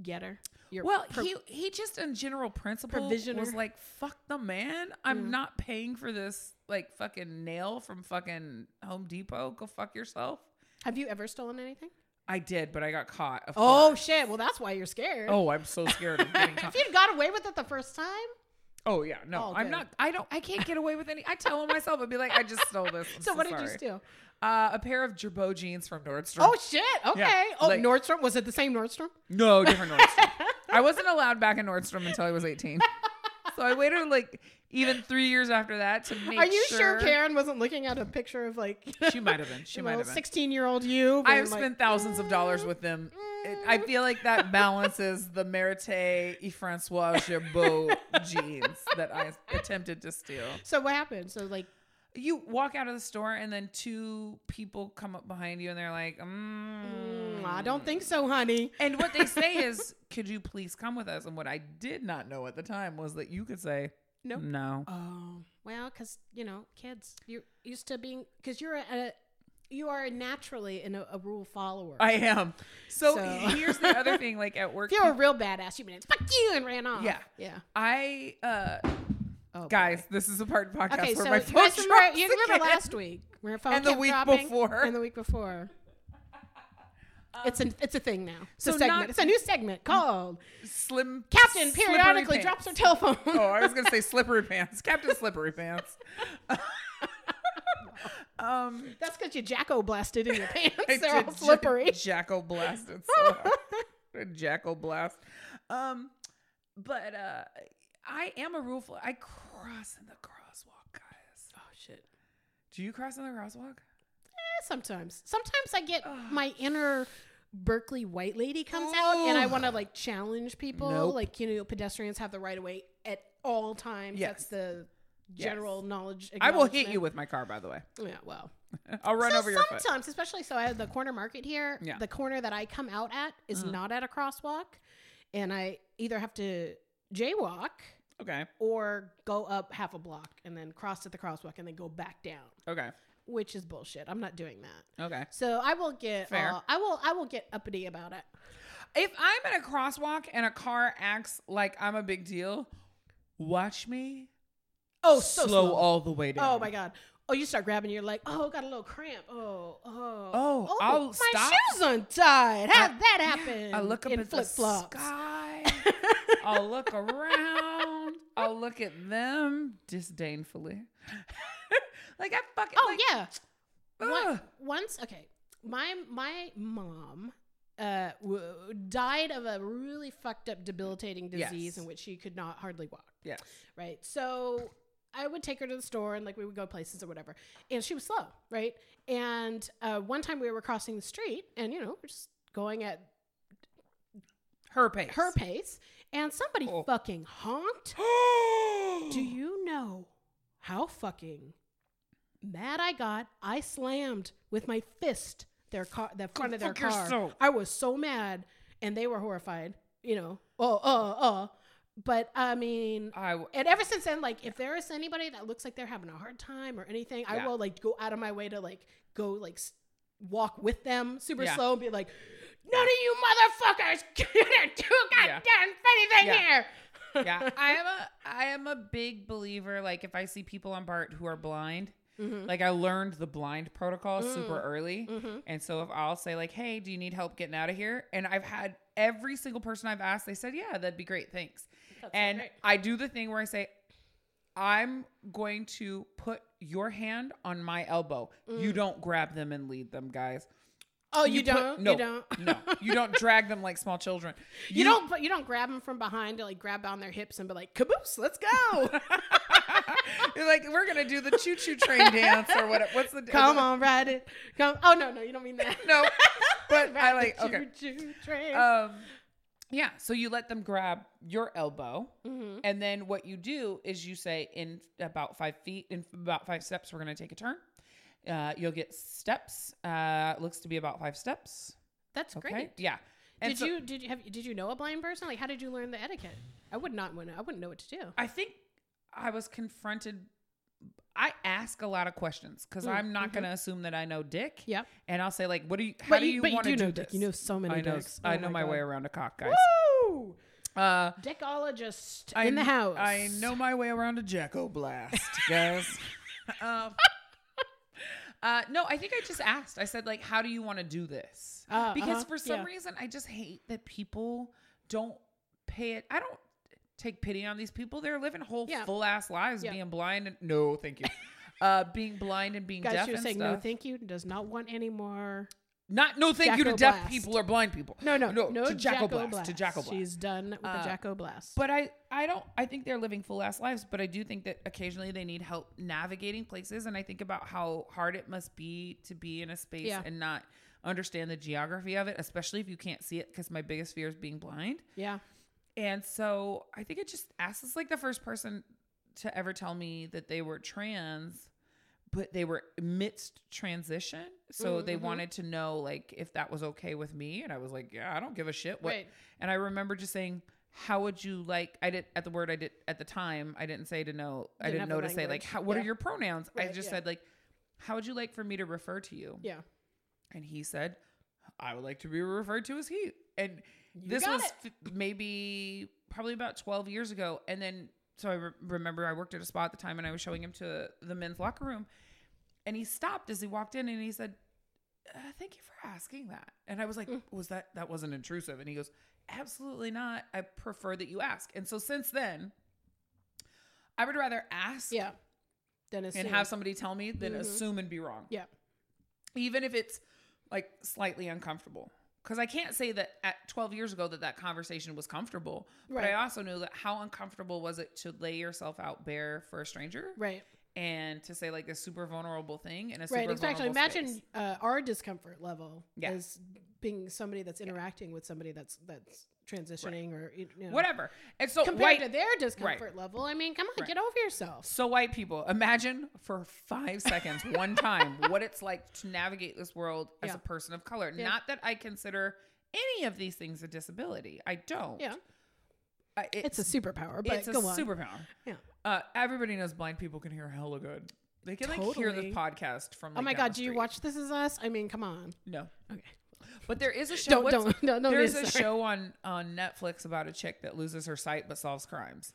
Speaker 2: getter your
Speaker 1: Well,
Speaker 2: pro-
Speaker 1: he he just in general principle
Speaker 2: Provisioner.
Speaker 1: was like, "Fuck the man! I'm not paying for this like fucking nail from fucking Home Depot. Go fuck yourself."
Speaker 2: have you ever stolen anything
Speaker 1: I did, but I got caught. Of
Speaker 2: oh
Speaker 1: course.
Speaker 2: shit well that's why you're scared
Speaker 1: oh, I'm so scared of [LAUGHS] getting caught.
Speaker 2: if you'd got away with it the first time
Speaker 1: Oh yeah, no,
Speaker 2: Oh,
Speaker 1: I'm
Speaker 2: good.
Speaker 1: not. I don't. I can't get away with any. I tell on myself and be like, I just stole this. I'm
Speaker 2: [LAUGHS] so, what did you
Speaker 1: sorry.
Speaker 2: steal
Speaker 1: Uh, a pair of Gerbo jeans from Nordstrom.
Speaker 2: oh shit okay oh
Speaker 1: like-
Speaker 2: nordstrom was it the same nordstrom
Speaker 1: [LAUGHS] no, different
Speaker 2: [LAUGHS]
Speaker 1: Nordstrom. I wasn't allowed back in Nordstrom until I was 18. So I waited like even three years after that to make.
Speaker 2: Are you sure. Karen wasn't looking at a picture of [LAUGHS] like
Speaker 1: She might have been. She might have been.
Speaker 2: sixteen-year-old you?
Speaker 1: I have
Speaker 2: being like,
Speaker 1: spent thousands of dollars with them. It, I feel like
Speaker 2: [LAUGHS]
Speaker 1: that balances the Merite et Francois Gerbeau jeans that I attempted to steal.
Speaker 2: So what happened? So like,
Speaker 1: you walk out of the store and then two people come up behind you and they're like, mm.
Speaker 2: "Mm, I don't think so, honey.
Speaker 1: And what they say
Speaker 2: [LAUGHS]
Speaker 1: is, could you please come with us? And what I did not know at the time was that you could say,
Speaker 2: Nope.
Speaker 1: no.
Speaker 2: Oh, well, because you know, kids, you're used to being because you're a, a you are naturally an, a rule follower.
Speaker 1: I am. So,
Speaker 2: So-
Speaker 1: [LAUGHS] here's the other thing like at work,
Speaker 2: [LAUGHS] if you're a real badass, you'd be like, "Fuck you!" and ran off.
Speaker 1: Yeah.
Speaker 2: yeah.
Speaker 1: I, uh,
Speaker 2: Oh,
Speaker 1: guys, this is a part of the podcast
Speaker 2: Okay,
Speaker 1: where
Speaker 2: so
Speaker 1: my
Speaker 2: you,
Speaker 1: phone
Speaker 2: guys remember,
Speaker 1: drops
Speaker 2: you remember
Speaker 1: again.
Speaker 2: last week where your phone
Speaker 1: And the
Speaker 2: kept
Speaker 1: week
Speaker 2: dropping?
Speaker 1: before.
Speaker 2: and the week [LAUGHS] before. it's an it's a thing now. It's
Speaker 1: so
Speaker 2: a segment.
Speaker 1: not-
Speaker 2: it's a new segment called
Speaker 1: Slim
Speaker 2: Captain
Speaker 1: slippery
Speaker 2: periodically
Speaker 1: pants.
Speaker 2: drops her telephone.
Speaker 1: [LAUGHS] Oh, I was gonna say slippery pants. Captain Slippery Pants. [LAUGHS] um,
Speaker 2: [LAUGHS] That's because you jacko blasted in your pants.
Speaker 1: [LAUGHS] I
Speaker 2: They're all
Speaker 1: did j-
Speaker 2: slippery.
Speaker 1: Jackal blasted. So [LAUGHS] hard. Jackal blast. Um, but uh, I am a rule. fo- I cross in the crosswalk, guys.
Speaker 2: oh shit.
Speaker 1: Do you cross in the crosswalk?
Speaker 2: Eh, sometimes, sometimes I get my inner Berkeley white lady comes out, and I
Speaker 1: Ugh.
Speaker 2: want to like challenge people.
Speaker 1: Nope.
Speaker 2: Like you know, pedestrians have the right of way at all times.
Speaker 1: Yes.
Speaker 2: That's the general knowledge.
Speaker 1: I will hit you with my car, by the way. [LAUGHS]
Speaker 2: Yeah. Well.
Speaker 1: I'll run
Speaker 2: so
Speaker 1: over your foot.
Speaker 2: sometimes, especially so I have the corner market here.
Speaker 1: Yeah. Uh-huh.
Speaker 2: The corner that I come out at is not at a crosswalk. and I either have to jaywalk
Speaker 1: Okay.
Speaker 2: or go up half a block and then cross at the crosswalk and then go back down,
Speaker 1: Okay.
Speaker 2: which is bullshit. I'm not doing that.
Speaker 1: Okay.
Speaker 2: So I will get
Speaker 1: Fair.
Speaker 2: all- I will I will get uppity about it.
Speaker 1: If I'm in a crosswalk and a car acts like I'm a big deal, watch me
Speaker 2: Oh, so
Speaker 1: slow,
Speaker 2: slow.
Speaker 1: all the way down.
Speaker 2: Oh my god. Oh, you start grabbing. You're like, oh, got a little cramp. Oh, oh,
Speaker 1: Oh, I'll
Speaker 2: my
Speaker 1: stop.
Speaker 2: shoes untied. How'd
Speaker 1: I-
Speaker 2: that happen?
Speaker 1: I look up
Speaker 2: in
Speaker 1: at
Speaker 2: flip flops.
Speaker 1: the
Speaker 2: [LAUGHS]
Speaker 1: sky. I'll look around. I'll look at them disdainfully. [LAUGHS] like I fucking
Speaker 2: Oh
Speaker 1: like,
Speaker 2: yeah.
Speaker 1: ugh.
Speaker 2: One, once, okay, my my mom uh w- died of a really fucked up debilitating disease
Speaker 1: Yes.
Speaker 2: in which she could not hardly walk.
Speaker 1: Yeah.
Speaker 2: Right. So I would take her to the store and like we would go places or whatever. And she was slow, right? And uh, one time we were crossing the street and you know, we're just going at
Speaker 1: Her pace. [GASPS]
Speaker 2: her pace and somebody
Speaker 1: Oh.
Speaker 2: fucking
Speaker 1: [GASPS]
Speaker 2: honked. [GASPS]
Speaker 1: pace.
Speaker 2: Do you know how fucking mad I got? I slammed with my fist their car, the front of their
Speaker 1: fuck
Speaker 2: car.
Speaker 1: yourself.
Speaker 2: I was so mad, and they were horrified. You know, oh, oh, oh. But I mean,
Speaker 1: I w-
Speaker 2: and ever since then, like, if there is anybody that looks like they're having a hard time or anything, I
Speaker 1: Yeah.
Speaker 2: will like go out of my way to like go like s- walk with them super
Speaker 1: Yeah.
Speaker 2: slow and be like, none of you motherfuckers [LAUGHS] gonna do goddamn anything
Speaker 1: Yeah.
Speaker 2: here. [LAUGHS]
Speaker 1: yeah, I am a I am a big believer. Like if I see people on BART who are blind,
Speaker 2: Mm-hmm.
Speaker 1: Mm-hmm. like I learned the blind protocol
Speaker 2: Mm.
Speaker 1: super early,
Speaker 2: Mm-hmm.
Speaker 1: and so if I'll say like, "Hey, do you need help getting out of here?" and I've had every single person I've asked, they said, "Yeah, that'd be great, thanks."
Speaker 2: That's so
Speaker 1: and
Speaker 2: great.
Speaker 1: I do the thing where I say, "I'm going to put your hand on my elbow. You don't grab them and lead them, guys."
Speaker 2: Mm. Oh, you,
Speaker 1: put-
Speaker 2: don't.
Speaker 1: no,
Speaker 2: [LAUGHS] you don't.
Speaker 1: no, you don't drag them like small children.
Speaker 2: You, don't. But you don't grab them from behind to like grab on their hips and be like, "Caboose, let's go!
Speaker 1: [LAUGHS] [LAUGHS] You're like, we're gonna do the choo choo train dance or what? What's the
Speaker 2: Come on, ride it! Come." Oh no, no, you don't mean that.
Speaker 1: [LAUGHS]
Speaker 2: [LAUGHS]
Speaker 1: No, but I
Speaker 2: Ride
Speaker 1: like
Speaker 2: the
Speaker 1: okay.
Speaker 2: choo-choo [LAUGHS] train.
Speaker 1: Um, yeah. So you let them grab your elbow,
Speaker 2: Mhm.
Speaker 1: and then what you do is you say, in about five feet, in about five steps, we're gonna take a turn. Uh, you'll get steps. Uh, looks to be about five steps.
Speaker 2: That's
Speaker 1: Okay.
Speaker 2: great.
Speaker 1: Yeah. And
Speaker 2: Did
Speaker 1: so
Speaker 2: you did you have did you know a blind person? Like, how did you learn the etiquette? I would not want. I wouldn't know what to do.
Speaker 1: I think I was confronted. I ask a lot of questions because
Speaker 2: Mm,
Speaker 1: I'm not gonna assume that I know dick.
Speaker 2: Yep.
Speaker 1: And I'll say like, "What do you? How
Speaker 2: mm-hmm. But
Speaker 1: do
Speaker 2: you-
Speaker 1: you,
Speaker 2: but you
Speaker 1: want to
Speaker 2: do
Speaker 1: do,
Speaker 2: know
Speaker 1: this?
Speaker 2: dick. You know so many
Speaker 1: I know,
Speaker 2: dicks.
Speaker 1: I
Speaker 2: Oh
Speaker 1: know
Speaker 2: my
Speaker 1: my, way
Speaker 2: God.
Speaker 1: around a cock, guys.
Speaker 2: Woo!
Speaker 1: Uh,
Speaker 2: Dickologist
Speaker 1: I
Speaker 2: in the
Speaker 1: kn-
Speaker 2: house.
Speaker 1: I know my way around a jacko blast, [LAUGHS] guys. um, uh, no, I think I just asked. I said like, "How do you want to do this?"
Speaker 2: Ah,
Speaker 1: because
Speaker 2: uh-huh,
Speaker 1: for some
Speaker 2: yeah.
Speaker 1: reason, I just hate that people don't pay it. I don't take pity on these people. They're living whole
Speaker 2: Yeah.
Speaker 1: full ass lives,
Speaker 2: Yeah.
Speaker 1: being blind and no, thank you. [LAUGHS] Uh, being blind and being
Speaker 2: Guys,
Speaker 1: deaf
Speaker 2: she was
Speaker 1: and
Speaker 2: saying
Speaker 1: stuff.
Speaker 2: no, thank you. Does not want any more.
Speaker 1: Not no, thank you to
Speaker 2: Jacko
Speaker 1: deaf
Speaker 2: blast.
Speaker 1: people or blind people.
Speaker 2: No, no, no,
Speaker 1: to Jacko, blast, To Jacko blast.
Speaker 2: She's done with the
Speaker 1: Uh,
Speaker 2: Jacko blast.
Speaker 1: But I, I don't. I think they're living full ass lives. But I do think that occasionally they need help navigating places. And I think about how hard it must be to be in a space
Speaker 2: Yeah.
Speaker 1: and not understand the geography of it, especially if you can't see it. Because my biggest fear is being blind.
Speaker 2: yeah.
Speaker 1: And so I think it just asks is like the first person to ever tell me that they were trans, but they were midst transition. So they
Speaker 2: Mhm.
Speaker 1: wanted to know like if that was okay with me. And I was like, yeah, I don't give a shit. What?
Speaker 2: Right.
Speaker 1: And I remember just saying, how would you like, I did at the word I did at the time, I didn't say to know, I
Speaker 2: Didn't
Speaker 1: didn't
Speaker 2: have the
Speaker 1: know to say like,
Speaker 2: language.
Speaker 1: how, what
Speaker 2: Yeah.
Speaker 1: are your pronouns? I
Speaker 2: Right,
Speaker 1: just
Speaker 2: yeah.
Speaker 1: said like, how would you like for me to refer to you?
Speaker 2: Yeah.
Speaker 1: And he said, I would like to be referred to as he. And
Speaker 2: You
Speaker 1: this
Speaker 2: got
Speaker 1: was
Speaker 2: it.
Speaker 1: f- maybe probably about 12 years ago. And then, so I re- remember I worked at a spa at the time and I was showing him to the men's locker room. And he stopped as he walked in and he said, uh, Thank you for asking that. And I was
Speaker 2: Mm.
Speaker 1: like, Was that, that wasn't intrusive? And he goes, Absolutely not. I prefer that you ask. And so since then, I would rather ask
Speaker 2: Yeah. Mm-hmm. Dennis
Speaker 1: and have somebody tell me than assume and be wrong
Speaker 2: Yeah.
Speaker 1: even if it's like slightly uncomfortable because i can't say that at 12 years ago that that conversation was comfortable but
Speaker 2: Right.
Speaker 1: i also knew that how uncomfortable was it to lay yourself out bare for a stranger
Speaker 2: Right.
Speaker 1: and to say like a super vulnerable thing and a super
Speaker 2: Right. Exactly.
Speaker 1: vulnerable
Speaker 2: Imagine
Speaker 1: space.
Speaker 2: uh, our discomfort level
Speaker 1: Yeah.
Speaker 2: as being somebody that's interacting with somebody that's that's transitioning or you know,
Speaker 1: whatever and so
Speaker 2: Compared
Speaker 1: white
Speaker 2: to their discomfort level, I mean, come on,
Speaker 1: Right.
Speaker 2: get over yourself.
Speaker 1: so white people imagine for five seconds
Speaker 2: [LAUGHS]
Speaker 1: one time what it's like to navigate this world as
Speaker 2: Yeah.
Speaker 1: a person of color
Speaker 2: Yeah.
Speaker 1: not that i consider any of these things a disability. I don't.
Speaker 2: Yeah.
Speaker 1: I,
Speaker 2: It's a superpower, but
Speaker 1: it's a
Speaker 2: go on.
Speaker 1: superpower.
Speaker 2: Yeah.
Speaker 1: Uh, everybody knows blind people can hear hella good. They can like hear
Speaker 2: Totally.
Speaker 1: this podcast from. Like,
Speaker 2: oh my
Speaker 1: down
Speaker 2: god,
Speaker 1: the
Speaker 2: do you
Speaker 1: street.
Speaker 2: watch This Is Us? I mean, come on.
Speaker 1: No,
Speaker 2: Okay.
Speaker 1: but there is a show.
Speaker 2: Don't
Speaker 1: what's- [LAUGHS]
Speaker 2: don't don't don't [LAUGHS]
Speaker 1: There's
Speaker 2: do
Speaker 1: a
Speaker 2: this, sorry.
Speaker 1: show on on Netflix about a chick that loses her sight but solves crimes.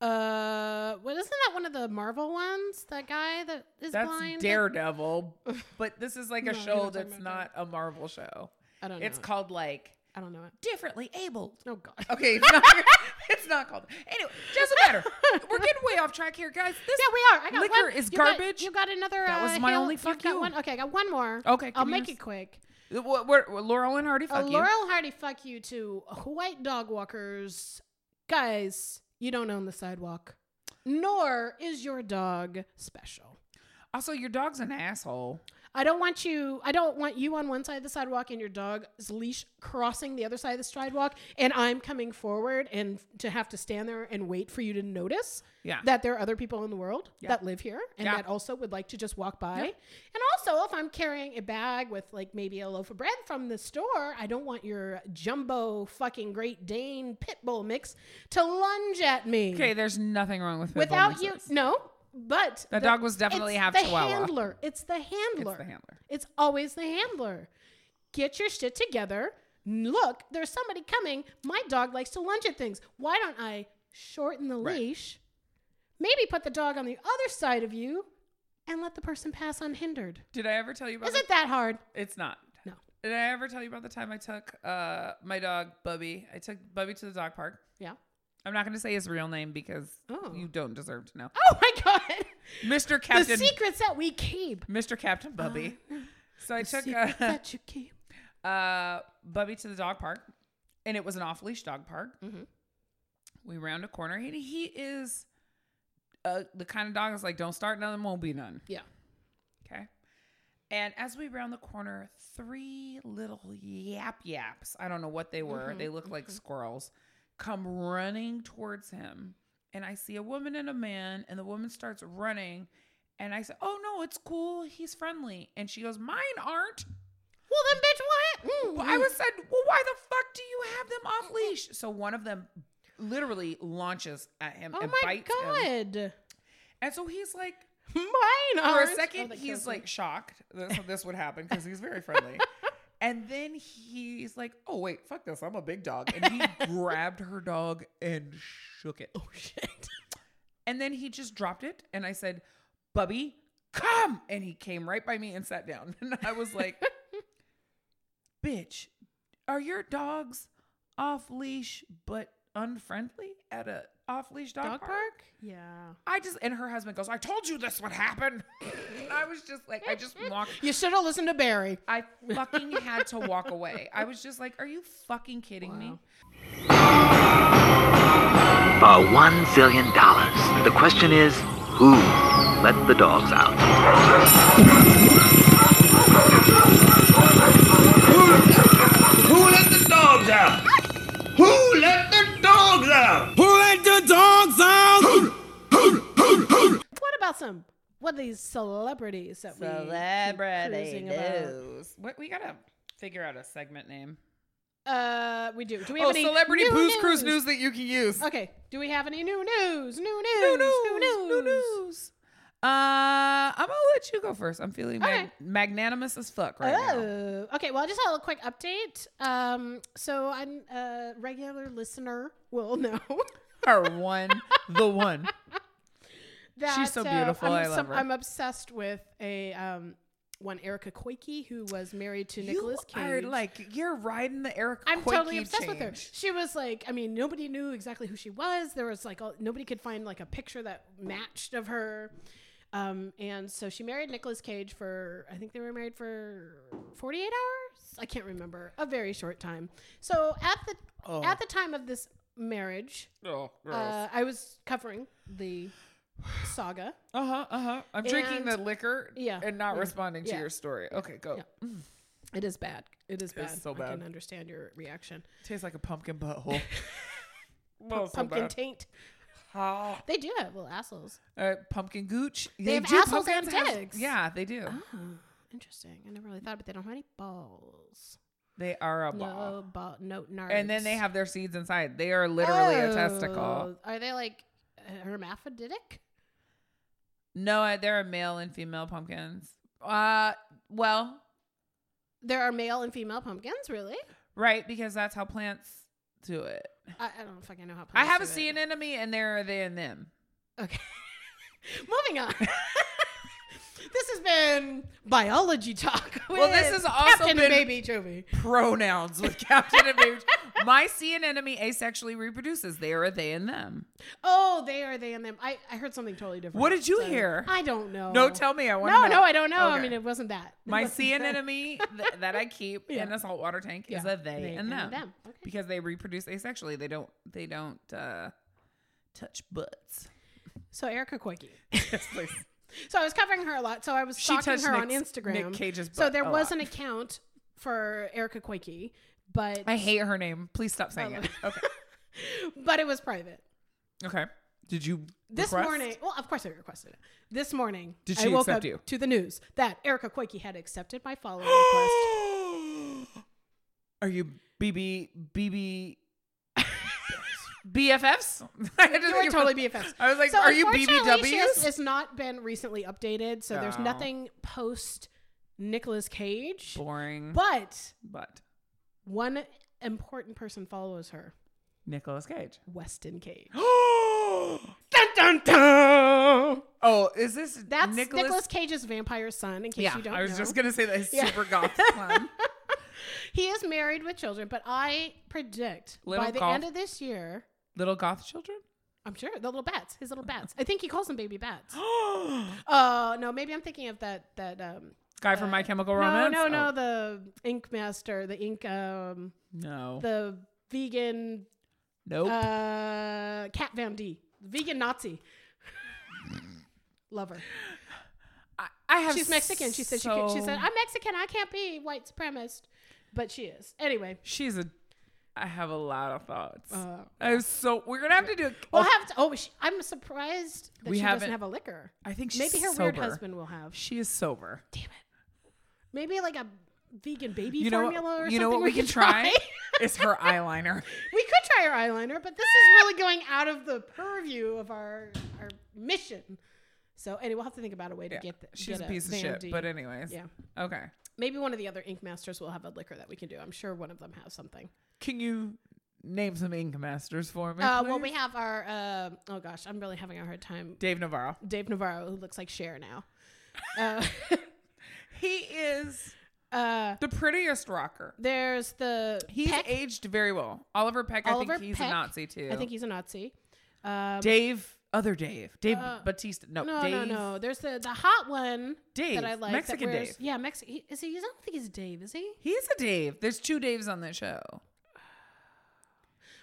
Speaker 2: Uh, what isn't that one of the Marvel ones? That guy that is
Speaker 1: That's
Speaker 2: blind. [LAUGHS]
Speaker 1: Daredevil, but this is like
Speaker 2: No,
Speaker 1: a
Speaker 2: I know
Speaker 1: show
Speaker 2: what you're
Speaker 1: that's
Speaker 2: talking about. Oh,
Speaker 1: not a Marvel show.
Speaker 2: I don't know.
Speaker 1: It's called like
Speaker 2: I don't know it.
Speaker 1: differently able.
Speaker 2: Oh god.
Speaker 1: [LAUGHS]
Speaker 2: [LAUGHS]
Speaker 1: Okay, it's not, it's not called. Anyway, doesn't
Speaker 2: [LAUGHS]
Speaker 1: matter. We're getting way off track here, guys. This
Speaker 2: Yeah, we are. I got
Speaker 1: Liquor
Speaker 2: one.
Speaker 1: is
Speaker 2: You got-
Speaker 1: garbage.
Speaker 2: you got another.
Speaker 1: That was
Speaker 2: uh,
Speaker 1: my
Speaker 2: Hail-
Speaker 1: only
Speaker 2: you've
Speaker 1: fuck
Speaker 2: got
Speaker 1: you.
Speaker 2: One. Okay, I got one more.
Speaker 1: Okay,
Speaker 2: I'll
Speaker 1: give me
Speaker 2: make
Speaker 1: yours.
Speaker 2: it quick.
Speaker 1: We're, we're, Laurel and Hardy.
Speaker 2: A
Speaker 1: Fuck you.
Speaker 2: Laurel Hardy fuck you to white dog walkers. Guys, you don't own the sidewalk, nor is your dog special.
Speaker 1: Also, your dog's an asshole.
Speaker 2: I don't want you. I don't want you on one side of the sidewalk and your dog's leash crossing the other side of the sidewalk, and I'm coming forward and to have to stand there and wait for you to notice
Speaker 1: Yeah.
Speaker 2: that there are other people in the world
Speaker 1: Yeah.
Speaker 2: that live here and
Speaker 1: Yeah.
Speaker 2: that also would like to just walk by.
Speaker 1: Yeah.
Speaker 2: And also, if I'm carrying a bag with like maybe a loaf of bread from the store, I don't want your jumbo fucking Great Dane pit bull mix to lunge at me
Speaker 1: Okay, there's nothing wrong with pit bull
Speaker 2: without you.
Speaker 1: mixes.
Speaker 2: No, but
Speaker 1: That dog was definitely
Speaker 2: it's
Speaker 1: half
Speaker 2: the
Speaker 1: Chihuahua.
Speaker 2: handler. It's the handler.
Speaker 1: It's the handler.
Speaker 2: It's always the handler. Get your shit together. Look, there's somebody coming. My dog likes to lunge at things. Why don't I shorten the
Speaker 1: Right.
Speaker 2: leash? Maybe put the dog on the other side of you and let the person pass unhindered.
Speaker 1: Did I ever tell you about?
Speaker 2: Is
Speaker 1: the-
Speaker 2: it that hard?
Speaker 1: It's not.
Speaker 2: No.
Speaker 1: Did I ever tell you about the time I took uh, my dog Bubby? I took Bubby to the dog park.
Speaker 2: Yeah.
Speaker 1: I'm not going to say his real name because
Speaker 2: Oh.
Speaker 1: you don't deserve to know.
Speaker 2: Oh my god.
Speaker 1: Mr. Captain.
Speaker 2: The secrets that we keep.
Speaker 1: Mr. Captain Bubby.
Speaker 2: Uh,
Speaker 1: so I took
Speaker 2: Secrets
Speaker 1: uh,
Speaker 2: that you keep.
Speaker 1: uh, [LAUGHS] Bubby to the dog park, and it was an off leash dog park.
Speaker 2: Mm-hmm.
Speaker 1: We round a corner. He, he is uh, the kind of dog that's like, don't start none, won't be none.
Speaker 2: Yeah.
Speaker 1: Okay. And as we round the corner, three little yap yaps, I don't know what they were,
Speaker 2: Mm-hmm,
Speaker 1: they look like squirrels, come running towards him. And I see a woman and a man, and the woman starts running. And I said, Oh no, it's cool. He's friendly. And she goes, Mine aren't.
Speaker 2: Well then, bitch, what? Mm,
Speaker 1: Well, I
Speaker 2: mm.
Speaker 1: was said, Well, why the fuck do you have them off leash? So one of them literally launches at him
Speaker 2: Oh
Speaker 1: and
Speaker 2: my
Speaker 1: bites him.
Speaker 2: god.
Speaker 1: And so he's like,
Speaker 2: Mine Oh,
Speaker 1: for
Speaker 2: are
Speaker 1: a second he's like shocked that so this would happen because he's [LAUGHS] very friendly and then he's like oh wait fuck this i'm a big dog and he [LAUGHS] grabbed her dog and shook it
Speaker 2: Oh shit.
Speaker 1: and then he just dropped it and i said bubby come and he came right by me and sat down [LAUGHS] and i was like bitch are your dogs off leash but unfriendly at a off leash dog,
Speaker 2: Dog
Speaker 1: park?
Speaker 2: park? Yeah.
Speaker 1: I just and her husband goes, I told you this would happen. [LAUGHS] And I was just like, I [LAUGHS] just walked.
Speaker 2: You should have listened to Barry.
Speaker 1: I fucking had to walk away. I was just like, Are you fucking kidding me?
Speaker 2: Wow.
Speaker 3: for one zillion dollars. The question is, who let the dogs out?
Speaker 4: Who let the dogs out? Who let the dogs out? Who let the dogs out?
Speaker 2: What about some what are these celebrities that we keep cruising about?
Speaker 1: What we gotta figure out a segment name.
Speaker 2: Uh, we do. Do we have
Speaker 1: Oh,
Speaker 2: any
Speaker 1: celebrity
Speaker 2: new
Speaker 1: booze cruise news that you can use.
Speaker 2: Okay. Do we have any new news? New
Speaker 1: New
Speaker 2: news. New news.
Speaker 1: news, new news. Uh, I'm gonna let you go first. I'm feeling mag-
Speaker 2: Okay.
Speaker 1: magnanimous as fuck right now.
Speaker 2: Oh, okay. Well, I just have a quick update. Um, so I'm a regular listener will know [LAUGHS]
Speaker 1: Her one, the one.
Speaker 2: that
Speaker 1: She's so
Speaker 2: uh,
Speaker 1: beautiful.
Speaker 2: I'm,
Speaker 1: I love her.
Speaker 2: I'm obsessed with a um one Erica Koike who was married to Nicholas Cage.
Speaker 1: are like you're riding the Eric.
Speaker 2: I'm totally
Speaker 1: Koike
Speaker 2: obsessed with her.
Speaker 1: change.
Speaker 2: She was like, I mean, nobody knew exactly who she was. There was like, all, nobody could find like a picture that matched of her. Um, and so she married Nicolas Cage for, I think they were married for 48 hours. I can't remember. A very short time. So at the at the time of this marriage,
Speaker 1: Oh, gross.
Speaker 2: uh, I was covering the saga.
Speaker 1: Uh huh. Uh huh. I'm drinking
Speaker 2: And-
Speaker 1: the liquor.
Speaker 2: yeah,
Speaker 1: And not
Speaker 2: yeah,
Speaker 1: responding to
Speaker 2: yeah.
Speaker 1: your story. Okay, go.
Speaker 2: Yeah. It is bad. It is bad.
Speaker 1: so
Speaker 2: I
Speaker 1: bad.
Speaker 2: can understand your reaction.
Speaker 1: Tastes like a pumpkin butthole. Oh, so
Speaker 2: pumpkin
Speaker 1: bad.
Speaker 2: taint.
Speaker 1: Ah.
Speaker 2: They do have little assholes.
Speaker 1: Uh, pumpkin gooch. They,
Speaker 2: have
Speaker 1: do
Speaker 2: assholes and Ah.
Speaker 1: pumpkins have-
Speaker 2: dicks.
Speaker 1: yeah, they do.
Speaker 2: Interesting. I never really thought, but they don't have any balls.
Speaker 1: They are a ball.
Speaker 2: No, ball, no nards.
Speaker 1: And then they have their seeds inside. They are literally a testicle.
Speaker 2: Oh, Are they like hermaphroditic?
Speaker 1: No, uh, there are male and female pumpkins. Uh, well,
Speaker 2: There are male and female pumpkins, really?
Speaker 1: right, because that's how plants do it.
Speaker 2: I, I don't fucking know how.
Speaker 1: I
Speaker 2: pumpkins
Speaker 1: have a
Speaker 2: do
Speaker 1: sea anemone, and there are they and them.
Speaker 2: Okay. [LAUGHS] Moving on. [LAUGHS] this has been biology talk.
Speaker 1: Well, this
Speaker 2: with
Speaker 1: has also
Speaker 2: Captain
Speaker 1: been-
Speaker 2: Baby Jovi.
Speaker 1: Pronouns with [LAUGHS] Captain and Baby. My sea anemone asexually reproduces. They are they and them.
Speaker 2: Oh, they are they and them. I, I heard something totally different.
Speaker 1: What did you
Speaker 2: so-
Speaker 1: hear?
Speaker 2: I don't know.
Speaker 1: No, tell me. I want
Speaker 2: Oh. No,
Speaker 1: to know.
Speaker 2: no, I don't know. I
Speaker 1: Okay.
Speaker 2: mean, it wasn't that. It
Speaker 1: My
Speaker 2: wasn't
Speaker 1: sea
Speaker 2: that.
Speaker 1: anemone th- that I keep
Speaker 2: Yeah.
Speaker 1: in a saltwater tank is
Speaker 2: Yeah.
Speaker 1: a they, and them,
Speaker 2: Okay.
Speaker 1: because they reproduce asexually. They don't. They don't uh, touch butts.
Speaker 2: So Erica Koike.
Speaker 1: [LAUGHS] Yes, please.
Speaker 2: So I was covering her a lot. So I was
Speaker 1: She
Speaker 2: stalking
Speaker 1: touched
Speaker 2: her on
Speaker 1: Nick's-
Speaker 2: Instagram.
Speaker 1: Nick Cage's
Speaker 2: so
Speaker 1: butt
Speaker 2: there
Speaker 1: a
Speaker 2: was
Speaker 1: lot.
Speaker 2: an account for Erica Koike, but um,
Speaker 1: I hate her name. Please stop saying it. Okay.
Speaker 2: [LAUGHS] but it was private.
Speaker 1: Okay. Did you
Speaker 2: This
Speaker 1: request?
Speaker 2: morning, well, of course I requested it. This morning,
Speaker 1: Did
Speaker 2: I
Speaker 1: she
Speaker 2: woke
Speaker 1: accept
Speaker 2: up
Speaker 1: you?
Speaker 2: to the news that Erica Koike had accepted
Speaker 1: [GASPS]
Speaker 2: my follow request.
Speaker 1: [GASPS] Are you BB
Speaker 2: [LAUGHS]
Speaker 1: BB BFFs? [LAUGHS] I had to
Speaker 2: You
Speaker 1: think
Speaker 2: were
Speaker 1: of-
Speaker 2: totally BFFs.
Speaker 1: I was like, are you
Speaker 2: unfortunately, she has-
Speaker 1: BBWs?
Speaker 2: It's not been recently updated, so there's
Speaker 1: Oh.
Speaker 2: nothing post Nicolas Cage.
Speaker 1: Boring.
Speaker 2: But
Speaker 1: But
Speaker 2: one important person follows her,
Speaker 1: Nicolas Cage.
Speaker 2: Weston Cage.
Speaker 1: dun, dun, dun. [GASPS] Oh, is this
Speaker 2: That's
Speaker 1: Nicolas?
Speaker 2: Nicolas, Cage's vampire son. In case
Speaker 1: yeah,
Speaker 2: you don't
Speaker 1: I was
Speaker 2: know,
Speaker 1: just gonna say that he's
Speaker 2: Yeah.
Speaker 1: super
Speaker 2: [LAUGHS]
Speaker 1: goth clown.
Speaker 2: he is married with children. But I predict
Speaker 1: Little
Speaker 2: by the
Speaker 1: golf-
Speaker 2: end of this year,
Speaker 1: Little goth children.
Speaker 2: I'm sure the little bats, his little bats. I think he calls them
Speaker 1: [GASPS]
Speaker 2: baby bats. [GASPS] Oh no, maybe I'm thinking of that that um.
Speaker 1: Guy from My Chemical
Speaker 2: No,
Speaker 1: Romance.
Speaker 2: no, no.
Speaker 1: Oh,
Speaker 2: The Ink Master, the Ink, um,
Speaker 1: no.
Speaker 2: the vegan
Speaker 1: nope.
Speaker 2: uh, Cat Van D, vegan Nazi [LAUGHS] lover.
Speaker 1: I, I have.
Speaker 2: She's Mexican. She said she could, she
Speaker 1: so-
Speaker 2: said I'm Mexican. I can't be white supremacist, but she is anyway.
Speaker 1: She's a. I have a lot of thoughts.
Speaker 2: Uh,
Speaker 1: I was so. We're gonna have to do. a-
Speaker 2: We'll have to. Oh, she, I'm surprised that
Speaker 1: We
Speaker 2: she
Speaker 1: haven't-
Speaker 2: doesn't have a liquor.
Speaker 1: I think she's
Speaker 2: Maybe her
Speaker 1: sober.
Speaker 2: weird husband will have.
Speaker 1: She is sober.
Speaker 2: Damn it. Maybe like a vegan baby
Speaker 1: You know.
Speaker 2: formula
Speaker 1: What,
Speaker 2: or
Speaker 1: you
Speaker 2: something.
Speaker 1: know what we can try? [LAUGHS] It's her eyeliner.
Speaker 2: we could try her eyeliner, but this is really going out of the purview of our our mission. So, anyway, we'll have to think about a way to
Speaker 1: Yeah.
Speaker 2: [LAUGHS] get that.
Speaker 1: She's a piece of shit. But anyways.
Speaker 2: yeah,
Speaker 1: Okay.
Speaker 2: maybe one of the other ink masters will have a liquor that we can do. I'm sure one of them has something.
Speaker 1: Can you name some ink masters for me?
Speaker 2: Uh, well, we
Speaker 1: please?
Speaker 2: have our uh, oh gosh, I'm really having a hard time.
Speaker 1: Dave Navarro.
Speaker 2: Dave Navarro, who looks like Cher now. Uh, [LAUGHS]
Speaker 1: He is
Speaker 2: uh,
Speaker 1: the prettiest rocker.
Speaker 2: there's the
Speaker 1: He's
Speaker 2: Peck.
Speaker 1: aged very well. Oliver Peck. I
Speaker 2: Oliver
Speaker 1: think he's
Speaker 2: Peck.
Speaker 1: a Nazi too.
Speaker 2: I think he's a Nazi. Um,
Speaker 1: Dave. Other Dave. Dave
Speaker 2: Uh,
Speaker 1: Batista. No.
Speaker 2: no,
Speaker 1: Dave.
Speaker 2: no, no. There's the the hot one
Speaker 1: Dave.
Speaker 2: that I like.
Speaker 1: Mexican
Speaker 2: that wears-
Speaker 1: Dave.
Speaker 2: Yeah, Mexican. Is he? I don't think he's Dave. Is he?
Speaker 1: He's a Dave. There's two Daves on that show.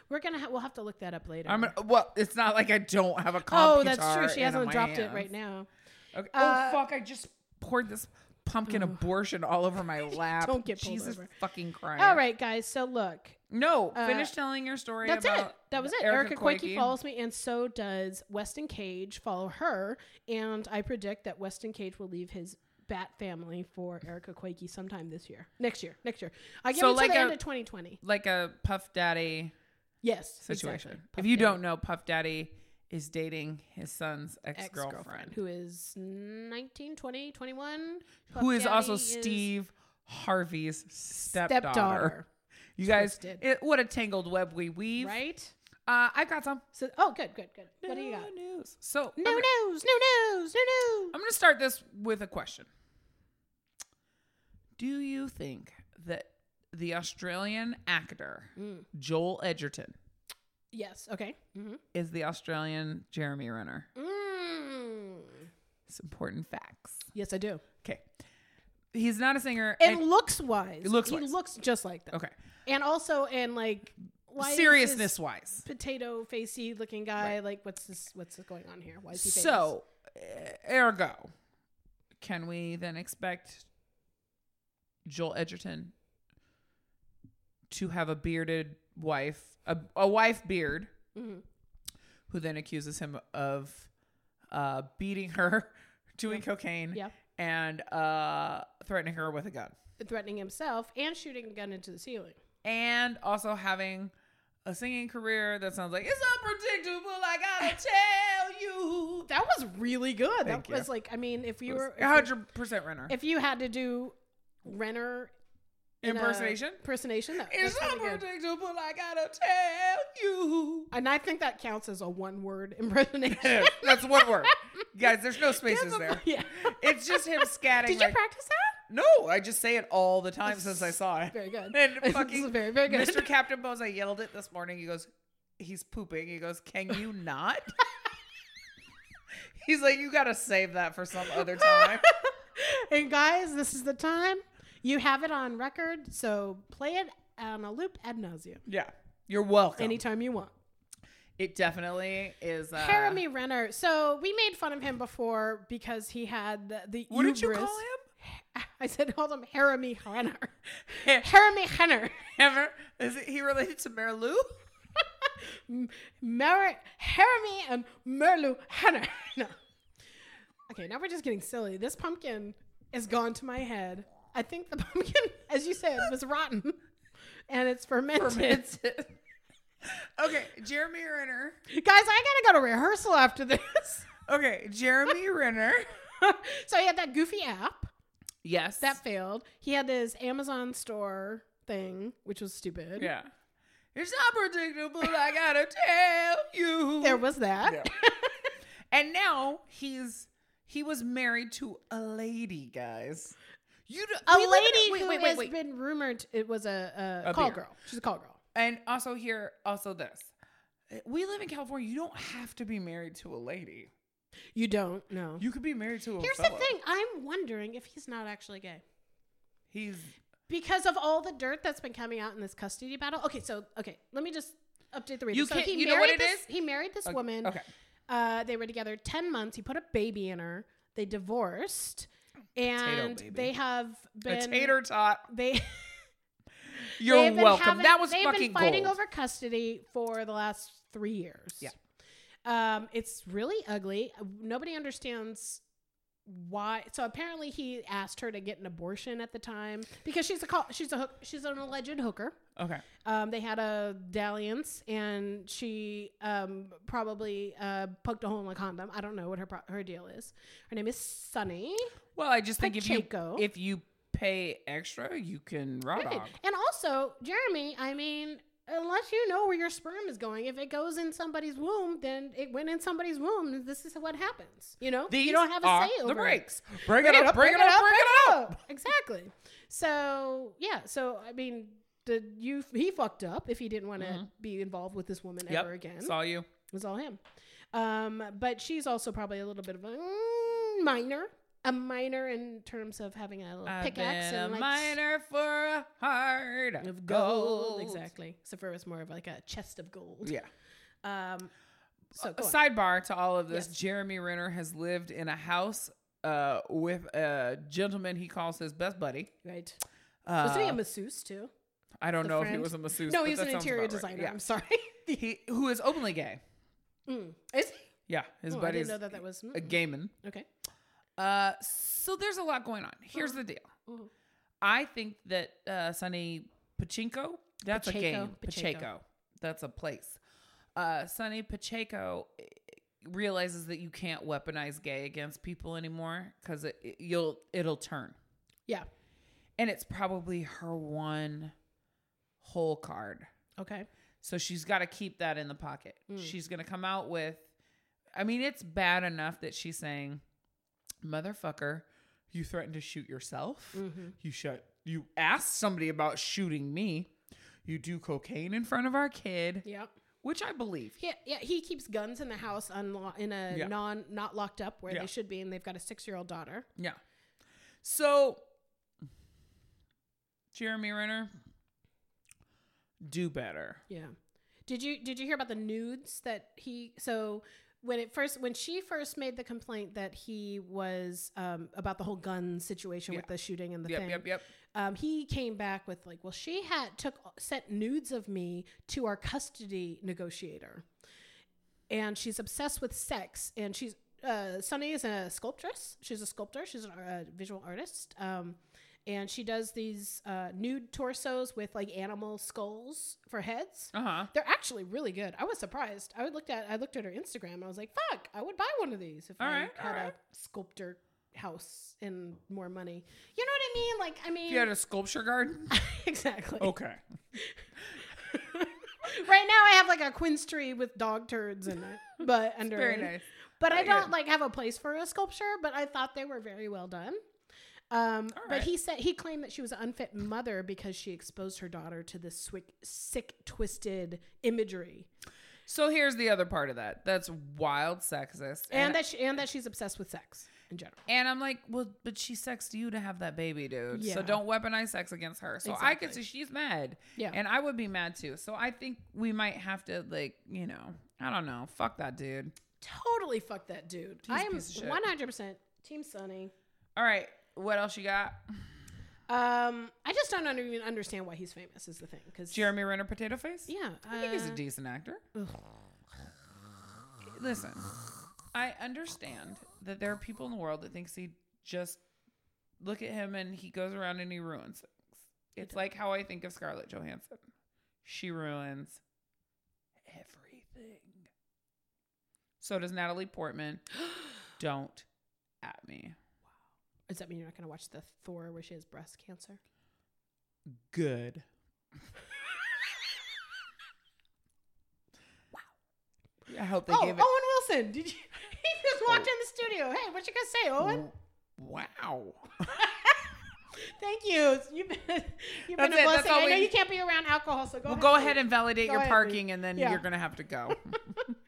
Speaker 2: We're gonna ha- we'll have to look that up later.
Speaker 1: I'm gonna, well. It's not like I don't have a
Speaker 2: oh,
Speaker 1: computer.
Speaker 2: that's true. She
Speaker 1: in
Speaker 2: hasn't
Speaker 1: my
Speaker 2: dropped it
Speaker 1: hands.
Speaker 2: right now.
Speaker 1: Okay.
Speaker 2: Uh,
Speaker 1: oh fuck! I just poured this pumpkin abortion all over
Speaker 2: [LAUGHS]
Speaker 1: my lap.
Speaker 2: Don't get pulled
Speaker 1: Jesus
Speaker 2: over.
Speaker 1: fucking Christ!
Speaker 2: All right, guys. So look,
Speaker 1: no.
Speaker 2: Uh,
Speaker 1: finish telling your story.
Speaker 2: that's
Speaker 1: about
Speaker 2: it. That was it.
Speaker 1: Erica
Speaker 2: Erica, Koike
Speaker 1: Koike.
Speaker 2: follows me, and so does Weston Cage. Follow her, and I predict that Weston Cage will leave his bat family for Erica Koike sometime this year, next year, next year. I give
Speaker 1: So
Speaker 2: it to
Speaker 1: like
Speaker 2: the
Speaker 1: a-
Speaker 2: end of 2020.
Speaker 1: like a Puff Daddy
Speaker 2: Yes,
Speaker 1: situation.
Speaker 2: exactly.
Speaker 1: If
Speaker 2: Puff
Speaker 1: you
Speaker 2: Daddy.
Speaker 1: don't know, Puff Daddy is dating his son's ex girlfriend,
Speaker 2: who is 19, 20, 21,
Speaker 1: who is also
Speaker 2: Steve
Speaker 1: Steve Harvey's stepdaughter. You guys,
Speaker 2: Twisted.
Speaker 1: it, what a tangled web we weave.
Speaker 2: right?
Speaker 1: Uh, I've got some.
Speaker 2: So, oh, good, good, good. What do you
Speaker 1: No
Speaker 2: got?
Speaker 1: News. So
Speaker 2: No
Speaker 1: okay.
Speaker 2: news, no news, no news.
Speaker 1: I'm going to start this with a question. Do you think that the Australian actor Joel Edgerton
Speaker 2: Mm. Yes, okay. Mm-hmm.
Speaker 1: is the Australian Jeremy Renner?
Speaker 2: Mm.
Speaker 1: It's important facts.
Speaker 2: Yes, I do.
Speaker 1: Okay. He's not a singer.
Speaker 2: And,
Speaker 1: and-
Speaker 2: looks wise,
Speaker 1: looks
Speaker 2: he
Speaker 1: wise.
Speaker 2: looks just like that.
Speaker 1: okay.
Speaker 2: And also, and like why is
Speaker 1: Seriousness
Speaker 2: this
Speaker 1: wise.
Speaker 2: potato facey looking guy. Like, what's this? What's this going on here? Why is he famous?
Speaker 1: So, e- ergo, can we then expect Joel Edgerton to have a bearded wife, a, a wife beard,
Speaker 2: Mhm.
Speaker 1: who then accuses him of uh, beating her, [LAUGHS] doing cocaine,
Speaker 2: Yeah.
Speaker 1: and uh, threatening her with a gun?
Speaker 2: threatening himself and shooting a gun into the ceiling.
Speaker 1: and also having a singing career that sounds like it's unpredictable. I
Speaker 2: [LAUGHS]
Speaker 1: gotta tell you.
Speaker 2: That was really good.
Speaker 1: Thank
Speaker 2: that
Speaker 1: you.
Speaker 2: was like, I mean, if you were, if,
Speaker 1: hundred percent Renner
Speaker 2: if you had to do Renner in a
Speaker 1: impersonation.
Speaker 2: impersonation, that,
Speaker 1: It's
Speaker 2: that's pretty good.
Speaker 1: unpredictable. I gotta tell
Speaker 2: [LAUGHS]
Speaker 1: you.
Speaker 2: And I think that counts as a one word [LAUGHS]
Speaker 1: [LAUGHS]
Speaker 2: impersonation.
Speaker 1: That's one word, guys. There's no spaces
Speaker 2: Give
Speaker 1: there.
Speaker 2: him- [LAUGHS] Yeah.
Speaker 1: It's just him scatting.
Speaker 2: Did you
Speaker 1: like,
Speaker 2: practice that?
Speaker 1: no, I just say it all the time since I saw [LAUGHS] it.
Speaker 2: Very good. [LAUGHS]
Speaker 1: And
Speaker 2: This
Speaker 1: fucking
Speaker 2: is very, very good.
Speaker 1: Mr. Captain Bones, I yelled it this morning. He goes, he's pooping. He goes, can you
Speaker 2: [LAUGHS]
Speaker 1: not? he's like, you gotta save that for some
Speaker 2: [LAUGHS]
Speaker 1: other time.
Speaker 2: And guys, this is the time. You have it on record, so play it on a loop ad nauseum
Speaker 1: yeah, you're welcome.
Speaker 2: anytime you want.
Speaker 1: it definitely is. Uh,
Speaker 2: Jeremy Renner. So we made fun of him before because he had the, the
Speaker 1: What did you
Speaker 2: hubris-
Speaker 1: call him?
Speaker 2: [LAUGHS] I said called him Jeremy Renner. Jeremy Renner.
Speaker 1: Ever is it, he related to Mary Lou? [LAUGHS]
Speaker 2: Mer- Jeremy and Merlu Renner. [LAUGHS] No. Okay, now we're just getting silly. This pumpkin is gone to my head. I think the [LAUGHS] pumpkin, as you said, was rotten. And it's fermented.
Speaker 1: Fermented. okay, Jeremy Renner.
Speaker 2: Guys, I gotta go to rehearsal after this. [LAUGHS]
Speaker 1: Okay, Jeremy Renner.
Speaker 2: so he had that goofy app.
Speaker 1: Yes.
Speaker 2: That failed. He had this Amazon store thing, which was stupid.
Speaker 1: yeah. It's not predictable. I gotta tell you.
Speaker 2: There was that. [LAUGHS]
Speaker 1: And now he's he was married to a lady, guys. You d-
Speaker 2: A
Speaker 1: we live in
Speaker 2: lady
Speaker 1: wait,
Speaker 2: who
Speaker 1: wait, wait,
Speaker 2: has
Speaker 1: wait.
Speaker 2: been rumored it was a, a,
Speaker 1: A
Speaker 2: call
Speaker 1: beer.
Speaker 2: girl. She's a call girl.
Speaker 1: and also here, also this. We live in California. You don't have to be married to a lady.
Speaker 2: You don't know.
Speaker 1: You could be married to a.
Speaker 2: Here's the
Speaker 1: fella.
Speaker 2: thing. I'm wondering if he's not actually gay.
Speaker 1: He's
Speaker 2: Because of all the dirt that's been coming out in this custody battle. Okay, so okay, let me just update the reader.
Speaker 1: You
Speaker 2: so
Speaker 1: can't-
Speaker 2: he
Speaker 1: you know
Speaker 2: married
Speaker 1: what it
Speaker 2: this,
Speaker 1: is?
Speaker 2: He married this
Speaker 1: okay,
Speaker 2: woman.
Speaker 1: Okay.
Speaker 2: Uh, they were together 10 months. He put a baby in her. They divorced. And
Speaker 1: baby.
Speaker 2: they have been.
Speaker 1: a tater tot.
Speaker 2: They, [LAUGHS]
Speaker 1: You're
Speaker 2: they've been
Speaker 1: welcome.
Speaker 2: having-
Speaker 1: that was
Speaker 2: they've
Speaker 1: fucking
Speaker 2: been fighting
Speaker 1: gold.
Speaker 2: over custody for the last three years.
Speaker 1: Yeah.
Speaker 2: Um, it's really ugly. Nobody understands why. So apparently, he asked her to get an abortion at the time because she's a call, she's a hook, she's an alleged hooker.
Speaker 1: okay.
Speaker 2: Um, they had a dalliance, and she um, probably uh, poked a hole in the condom. I don't know what her pro- her deal is. Her name is Sunny.
Speaker 1: Well, I just think
Speaker 2: Pacheco.
Speaker 1: if you if you pay extra, you can raw
Speaker 2: Right.
Speaker 1: dog.
Speaker 2: And also, Jeremy, I mean, unless you know where your sperm is going, if it goes in somebody's womb, then it went in somebody's womb. and This is what happens. You know,
Speaker 1: These
Speaker 2: you don't have a
Speaker 1: are
Speaker 2: say over
Speaker 1: the
Speaker 2: it.
Speaker 1: breaks. Bring it up. Bring it up. Bring it up.
Speaker 2: Exactly. So yeah. So I mean, the you he fucked up if he didn't want to be involved with this woman
Speaker 1: Mm-hmm. Yep.
Speaker 2: ever again.
Speaker 1: Saw you.
Speaker 2: It was all him. Um, but she's also probably a little bit of a mm, minor, a minor in terms of having a little
Speaker 1: I've
Speaker 2: pickaxe
Speaker 1: been
Speaker 2: and
Speaker 1: a
Speaker 2: like
Speaker 1: miner for a heart
Speaker 2: of gold. Exactly. Except for it was more of like a chest of gold.
Speaker 1: Yeah. Uh,
Speaker 2: Um, so
Speaker 1: A
Speaker 2: go on.
Speaker 1: sidebar to all of this:
Speaker 2: Yes.
Speaker 1: Jeremy Renner has lived in a house uh, with a gentleman he calls his best buddy.
Speaker 2: right.
Speaker 1: Uh,
Speaker 2: Was he a masseuse too?
Speaker 1: I don't
Speaker 2: The
Speaker 1: know if he
Speaker 2: friend?
Speaker 1: was a masseuse.
Speaker 2: No,
Speaker 1: but
Speaker 2: he was
Speaker 1: that
Speaker 2: an
Speaker 1: sounds
Speaker 2: interior
Speaker 1: about right.
Speaker 2: designer. I'm sorry. [LAUGHS]
Speaker 1: Yeah. He who is openly gay.
Speaker 2: Mm. Is he?
Speaker 1: Yeah, his
Speaker 2: Oh, I
Speaker 1: buddy
Speaker 2: didn't
Speaker 1: is
Speaker 2: know that that was. mm,
Speaker 1: a gay man.
Speaker 2: Okay.
Speaker 1: Uh, so there's a lot going on. Here's the deal.
Speaker 2: Mhm.
Speaker 1: I think that uh, Sonny Pachinko, that's a
Speaker 2: Pacheco,
Speaker 1: game. Pacheco.
Speaker 2: Pacheco.
Speaker 1: That's a place. Uh, Sonny Pacheco eh, realizes that you can't weaponize gay against people anymore because it, it- you'll it'll turn,
Speaker 2: Yeah.
Speaker 1: and it's probably her one whole card.
Speaker 2: Okay.
Speaker 1: So she's got to keep that in the pocket.
Speaker 2: Mm.
Speaker 1: She's going to come out with, I mean, it's bad enough that she's saying, motherfucker, you threatened to shoot yourself.
Speaker 2: Mhm.
Speaker 1: You shut, you asked somebody about shooting me. You do cocaine in front of our kid,
Speaker 2: Yeah.
Speaker 1: which I believe.
Speaker 2: Yeah. Yeah. He keeps guns in the house, unlo- in a
Speaker 1: Yeah.
Speaker 2: non not locked up where
Speaker 1: Yeah.
Speaker 2: they should be, and they've got a six year old daughter.
Speaker 1: Yeah. So, Jeremy Renner, do better.
Speaker 2: Yeah. Did you did you hear about the nudes that he so when it first when she first made the complaint that he was um, about the whole gun situation with
Speaker 1: Yeah.
Speaker 2: the shooting and the
Speaker 1: Yep,
Speaker 2: thing,
Speaker 1: yep, yep.
Speaker 2: Um, he came back with like, well, she had took sent nudes of me to our custody negotiator, and she's obsessed with sex, and she's uh, Sunny is a sculptress. She's a sculptor. She's a uh, visual artist. Um, and she does these uh, nude torsos with like animal skulls for heads.
Speaker 1: Uh huh.
Speaker 2: They're actually really good. I was surprised. I looked at I looked at her Instagram and I was like, "Fuck, I would buy one of these if
Speaker 1: All
Speaker 2: I
Speaker 1: right, all
Speaker 2: had a
Speaker 1: right.
Speaker 2: sculptor house and more money." You know what I mean? Like, I mean,
Speaker 1: You
Speaker 2: [LAUGHS]
Speaker 1: had a Oh. sculpture garden?
Speaker 2: exactly.
Speaker 1: Okay.
Speaker 2: right now, I have like a quince tree with dog turds
Speaker 1: [LAUGHS]
Speaker 2: in it, but under
Speaker 1: Very
Speaker 2: it.
Speaker 1: nice.
Speaker 2: But I
Speaker 1: Very
Speaker 2: don't
Speaker 1: good.
Speaker 2: like have a place for a sculpture. But I thought they were very well done. Um,
Speaker 1: All
Speaker 2: But
Speaker 1: right.
Speaker 2: he said he claimed that she was an unfit mother because she exposed her daughter to this sick, sick twisted imagery,
Speaker 1: So here's the other part of that. That's wild sexist.
Speaker 2: and, that she, and that she's obsessed with sex in general.
Speaker 1: And I'm like, well, but she sexed you to have that baby, dude.
Speaker 2: Yeah.
Speaker 1: So don't weaponize sex against her. So I
Speaker 2: Exactly.
Speaker 1: could see she's mad.
Speaker 2: Yeah.
Speaker 1: And I would be mad too. So I think we might have to, like, you know, I don't know. Fuck that dude.
Speaker 2: Totally fuck that dude.
Speaker 1: a
Speaker 2: I am
Speaker 1: piece of shit.
Speaker 2: one hundred percent team Sunny.
Speaker 1: All right. What else you got?
Speaker 2: Um, I just don't under- even understand why he's famous is the thing because
Speaker 1: Jeremy Renner, Potato Face?
Speaker 2: Yeah,
Speaker 1: I think he's a
Speaker 2: uh,
Speaker 1: decent actor. Listen, I understand that there are people in the world that thinks he just look at him and he goes around and he ruins things. It's like how I think of Scarlett Johansson. She ruins everything. So does Natalie
Speaker 2: [GASPS]
Speaker 1: Portman. Don't at me.
Speaker 2: Does that mean you're not going to watch the Thor where she has breast cancer?
Speaker 1: Good. [LAUGHS] wow. I hope they
Speaker 2: oh,
Speaker 1: gave it.
Speaker 2: Owen Wilson! Did you? [LAUGHS] He just walked in the studio. Hey, what you gonna say, Owen?
Speaker 1: Wow.
Speaker 2: Thank you. [LAUGHS] You've been, you've been
Speaker 1: That's
Speaker 2: a
Speaker 1: it. That's
Speaker 2: blessing.
Speaker 1: all
Speaker 2: I know
Speaker 1: we-
Speaker 2: you can't be around alcohol, so go.
Speaker 1: Well,
Speaker 2: ahead.
Speaker 1: go ahead and validate
Speaker 2: Go
Speaker 1: your
Speaker 2: ahead,
Speaker 1: parking,
Speaker 2: please.
Speaker 1: and then
Speaker 2: Yeah.
Speaker 1: you're gonna have to go.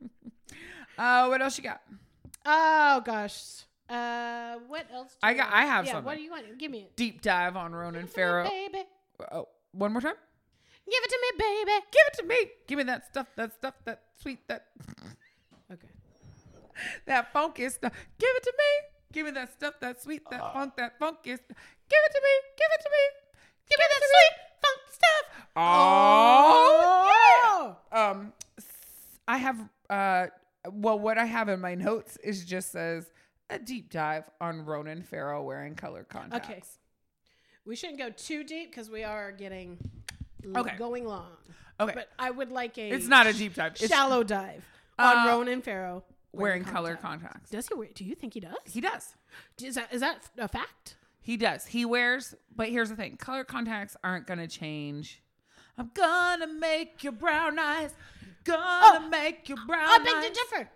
Speaker 1: [LAUGHS] uh, what else you got?
Speaker 2: Oh gosh. Uh, what else? do
Speaker 1: I
Speaker 2: you
Speaker 1: got-
Speaker 2: want?
Speaker 1: I have
Speaker 2: yeah, What
Speaker 1: something.
Speaker 2: do you want? Give me it.
Speaker 1: Deep dive on Ronan
Speaker 2: [LAUGHS]
Speaker 1: Farrow.
Speaker 2: Baby, give
Speaker 1: Oh, one more time.
Speaker 2: it to me, baby.
Speaker 1: Give it to me. Give me that stuff. That stuff. That sweet. That
Speaker 2: Okay.
Speaker 1: that focus. Give it to me. Give me that stuff. That sweet. That funk. That focus. Give it to me. Give it to me. Give me that sweet funk stuff. Oh.
Speaker 2: Oh.
Speaker 1: um s- i have uh well what i have in my notes is just says a deep dive on ronan farrow wearing color contacts
Speaker 2: Okay. We shouldn't go too deep because we are getting
Speaker 1: Okay.
Speaker 2: going long.
Speaker 1: okay
Speaker 2: But I would like a
Speaker 1: it's not a deep dive it's
Speaker 2: shallow dive on
Speaker 1: Uh,
Speaker 2: Ronan Farrow
Speaker 1: wearing color contacts
Speaker 2: Does he wear? Do you think he does?
Speaker 1: he does
Speaker 2: Is that is that a fact?
Speaker 1: he does he wears but here's the thing color contacts aren't gonna change i'm gonna make your brown eyes gonna
Speaker 2: Oh,
Speaker 1: make your brown
Speaker 2: I beg
Speaker 1: eyes
Speaker 2: to differ.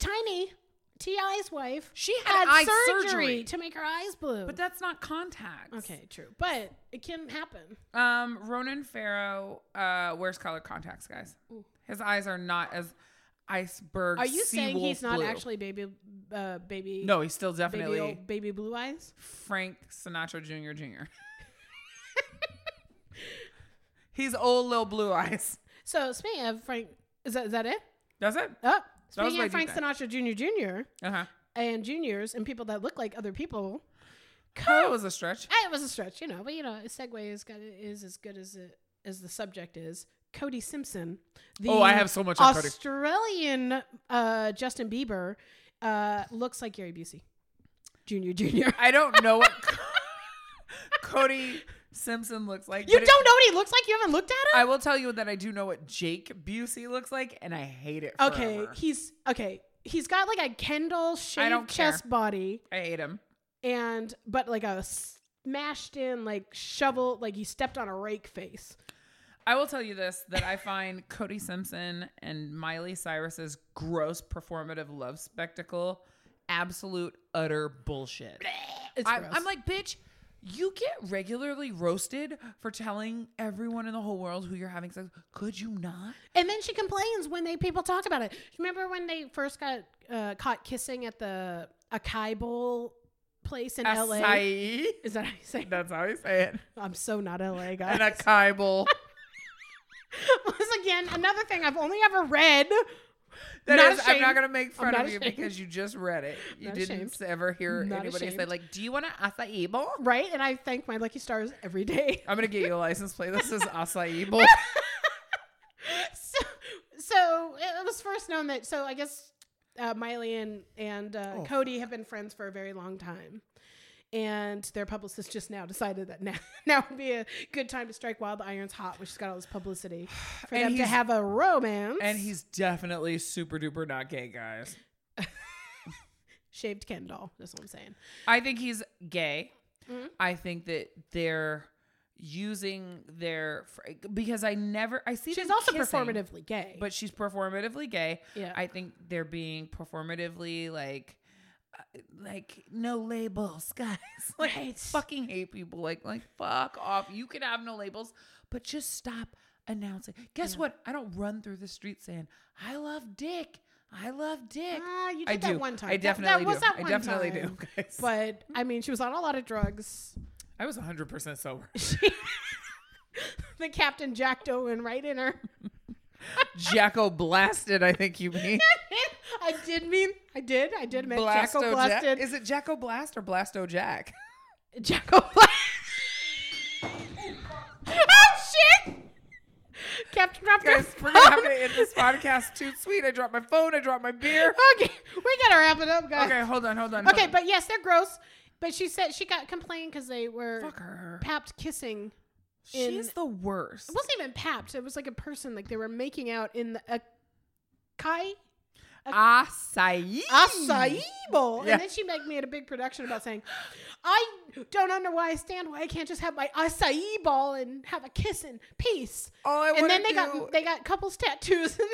Speaker 2: Tiny Ti's wife.
Speaker 1: She had eye surgery.
Speaker 2: to make her eyes blue.
Speaker 1: but that's not contacts
Speaker 2: okay, true. But it can happen.
Speaker 1: Um, Ronan Farrow uh, wears color contacts, guys. His eyes are not as iceberg.
Speaker 2: Are you saying he's
Speaker 1: seawolf
Speaker 2: not
Speaker 1: blue.
Speaker 2: actually baby, uh, baby?
Speaker 1: No, he's still
Speaker 2: baby,
Speaker 1: definitely
Speaker 2: old, baby blue eyes.
Speaker 1: Frank Sinatra Jr. Jr. [LAUGHS]
Speaker 2: [LAUGHS]
Speaker 1: he's old little blue eyes.
Speaker 2: So speaking of Frank, is that is that it?
Speaker 1: That's it.
Speaker 2: Oh,
Speaker 1: was
Speaker 2: speaking
Speaker 1: my
Speaker 2: of Frank
Speaker 1: deep
Speaker 2: Sinatra Jr. Jr.
Speaker 1: Uh huh.
Speaker 2: and juniors and people that look like other people.
Speaker 1: That was a stretch.
Speaker 2: Ah, it was a stretch, you know, but you know, a segue is got is as good as it as the subject is. Cody Simpson. The
Speaker 1: Oh, I have so much on Cody.
Speaker 2: Australian uh, Justin Bieber uh, looks like Gary Busey. Junior, junior.
Speaker 1: [LAUGHS] I don't know what Cody Simpson looks like.
Speaker 2: You
Speaker 1: but it-
Speaker 2: don't know what he looks like? You haven't looked at him?
Speaker 1: I will tell you that I do know what Jake Busey looks like, and I hate it.
Speaker 2: okay,
Speaker 1: forever.
Speaker 2: he's okay. He's got like a Kendall
Speaker 1: I don't
Speaker 2: shaped chest body
Speaker 1: I hate him.
Speaker 2: and but like a smashed in like shovel like he stepped on a rake face.
Speaker 1: I will tell you this that I find Cody Simpson and Miley Cyrus's gross performative love spectacle absolute utter bullshit.
Speaker 2: It's
Speaker 1: I,
Speaker 2: gross.
Speaker 1: I'm like, bitch, you get regularly roasted for telling everyone in the whole world who you're having sex. Could you not?
Speaker 2: And then she complains when they people talk about it. Remember when they first got uh, caught kissing at the acai bowl place in LA?
Speaker 1: Acai.
Speaker 2: Is that how you say? That?
Speaker 1: That's how I say
Speaker 2: [LAUGHS]
Speaker 1: it.
Speaker 2: I'm so not LA guy.
Speaker 1: An acai bowl.
Speaker 2: [LAUGHS] Once again, another thing I've only ever read.
Speaker 1: That
Speaker 2: Not
Speaker 1: is- I'm not
Speaker 2: ashamed.
Speaker 1: gonna make fun
Speaker 2: I'm
Speaker 1: of
Speaker 2: not
Speaker 1: you
Speaker 2: ashamed.
Speaker 1: because you just read it. You
Speaker 2: Not
Speaker 1: didn't
Speaker 2: ashamed.
Speaker 1: ever hear
Speaker 2: Not
Speaker 1: anybody say
Speaker 2: ashamed.
Speaker 1: like, "Do you want an acai
Speaker 2: [LAUGHS]
Speaker 1: bowl?"
Speaker 2: Right, and I thank my lucky stars every day.
Speaker 1: I'm gonna get you a license plate. This is acai
Speaker 2: [LAUGHS]
Speaker 1: bowl.
Speaker 2: So, so it was first known that. So I
Speaker 1: Oh.
Speaker 2: guess uh, Miley and and uh, Cody have been friends for a very long time, And their publicist just now decided that [LAUGHS] now, now would be a good time to strike while the iron's hot, which has got all this
Speaker 1: [SIGHS]
Speaker 2: publicity for
Speaker 1: And
Speaker 2: them to
Speaker 1: he's-
Speaker 2: have a romance.
Speaker 1: And he's definitely super duper not gay, guys.
Speaker 2: shaved Ken doll. That's what I'm saying.
Speaker 1: I think he's gay.
Speaker 2: Mhm.
Speaker 1: I think that they're using their fr- because I never I see
Speaker 2: She's
Speaker 1: them
Speaker 2: also
Speaker 1: kissing,
Speaker 2: performatively gay,
Speaker 1: but she's performatively gay.
Speaker 2: yeah,
Speaker 1: I think they're being performatively like uh, like no labels, [LAUGHS] guys. like I
Speaker 2: Right.
Speaker 1: fucking hate people. Like like fuck off. You can have no labels, but just stop announcing. Guess
Speaker 2: Yeah.
Speaker 1: what? I don't run through the street saying I love dick. I love dick.
Speaker 2: Ah, you did
Speaker 1: I
Speaker 2: that
Speaker 1: do.
Speaker 2: one time.
Speaker 1: I
Speaker 2: That- that
Speaker 1: definitely do.
Speaker 2: was that
Speaker 1: I
Speaker 2: one
Speaker 1: definitely
Speaker 2: time.
Speaker 1: do, guys.
Speaker 2: But I mean, she was on a lot
Speaker 1: [LAUGHS]
Speaker 2: of drugs. [LAUGHS]
Speaker 1: I was 100% sober.
Speaker 2: The captain jacked Owen right in her.
Speaker 1: [LAUGHS] Jacko blasted, I think you mean.
Speaker 2: I did mean, I did, I did mean [LAUGHS]
Speaker 1: Blasto
Speaker 2: Jacko
Speaker 1: Jack-
Speaker 2: blasted. [LAUGHS]
Speaker 1: Is it Jacko Blast or Blasto Jack?
Speaker 2: Jacko blasted. [LAUGHS] oh shit! Captain dropped her
Speaker 1: Guys, we're gonna have
Speaker 2: [LAUGHS] phone.
Speaker 1: to end this podcast too sweet. I dropped my phone. I dropped my
Speaker 2: [LAUGHS]
Speaker 1: beer.
Speaker 2: Okay, we gotta wrap it up, guys.
Speaker 1: Okay, hold on, hold on. hold
Speaker 2: okay,
Speaker 1: on.
Speaker 2: but yes, they're gross. But she said she got complained because they were
Speaker 1: fuck her.
Speaker 2: papped kissing. [LAUGHS] in-
Speaker 1: She's the worst.
Speaker 2: It wasn't even papped. It was like a person, like they were making out in the a kai
Speaker 1: [LAUGHS] Acai.
Speaker 2: acai bowl.
Speaker 1: Hmm. Yeah.
Speaker 2: And then she like, made a big production about saying, I don't understand why I can't just have my acai bowl and have a kiss in peace.
Speaker 1: All I
Speaker 2: and
Speaker 1: wanna
Speaker 2: then they
Speaker 1: do-
Speaker 2: got they got couples tattoos [LAUGHS] and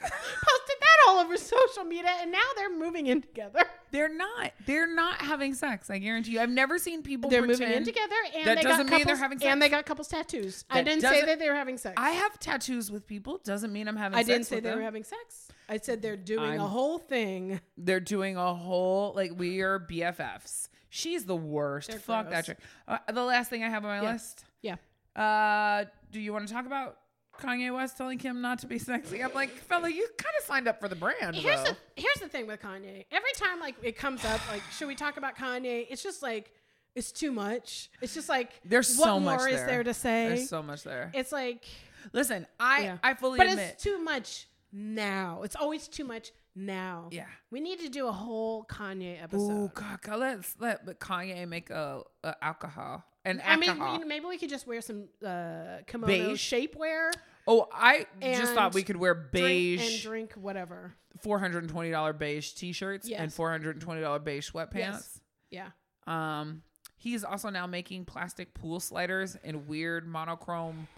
Speaker 2: posted that all over social media and now they're moving in together.
Speaker 1: They're not. They're not having sex. I guarantee you. I've never seen people.
Speaker 2: They're
Speaker 1: pretend.
Speaker 2: moving in together and
Speaker 1: That
Speaker 2: they
Speaker 1: doesn't
Speaker 2: got
Speaker 1: mean
Speaker 2: couples,
Speaker 1: they're having sex.
Speaker 2: and they got couples tattoos. I
Speaker 1: That
Speaker 2: didn't say
Speaker 1: doesn't-
Speaker 2: that they were having sex.
Speaker 1: I have tattoos with people. Doesn't mean I'm having.
Speaker 2: I
Speaker 1: sex
Speaker 2: didn't say
Speaker 1: with
Speaker 2: they
Speaker 1: them.
Speaker 2: were having sex. I said they're doing a
Speaker 1: I'm-
Speaker 2: whole thing.
Speaker 1: They're doing a whole like we are BFFs. She's the worst.
Speaker 2: They're
Speaker 1: Fuck that
Speaker 2: gross.
Speaker 1: chick. Uh, the last thing I have on my
Speaker 2: Yeah.
Speaker 1: list.
Speaker 2: Yeah.
Speaker 1: Uh, do you want to talk about Kanye West telling Kim not to be sexy? I'm like, fella, you kind of signed up for the brand.
Speaker 2: Here's
Speaker 1: though.
Speaker 2: the here's the thing with Kanye. Every time like it comes up, like should we talk about Kanye? It's just like it's too much. It's just like
Speaker 1: There's
Speaker 2: what
Speaker 1: so much
Speaker 2: more is
Speaker 1: there.
Speaker 2: there to say?
Speaker 1: There's so much there.
Speaker 2: it's like
Speaker 1: Listen, I
Speaker 2: yeah.
Speaker 1: I fully
Speaker 2: but
Speaker 1: admit.
Speaker 2: it's too much now. It's always too much now.
Speaker 1: yeah.
Speaker 2: we need to do a whole Kanye episode.
Speaker 1: Ooh, God, God, let's let but Kanye make a, a alcohol and
Speaker 2: I mean,
Speaker 1: alcohol.
Speaker 2: you know, maybe we could just wear some uh, kimono
Speaker 1: Beige.
Speaker 2: shapewear,
Speaker 1: oh, I just thought
Speaker 2: and
Speaker 1: we could wear
Speaker 2: drink,
Speaker 1: beige
Speaker 2: and drink whatever.
Speaker 1: four hundred and twenty dollar beige t shirts and
Speaker 2: Yes.
Speaker 1: four hundred and twenty dollar beige sweatpants.
Speaker 2: Yes. Yeah,
Speaker 1: Um, he's also now making plastic pool sliders and weird monochrome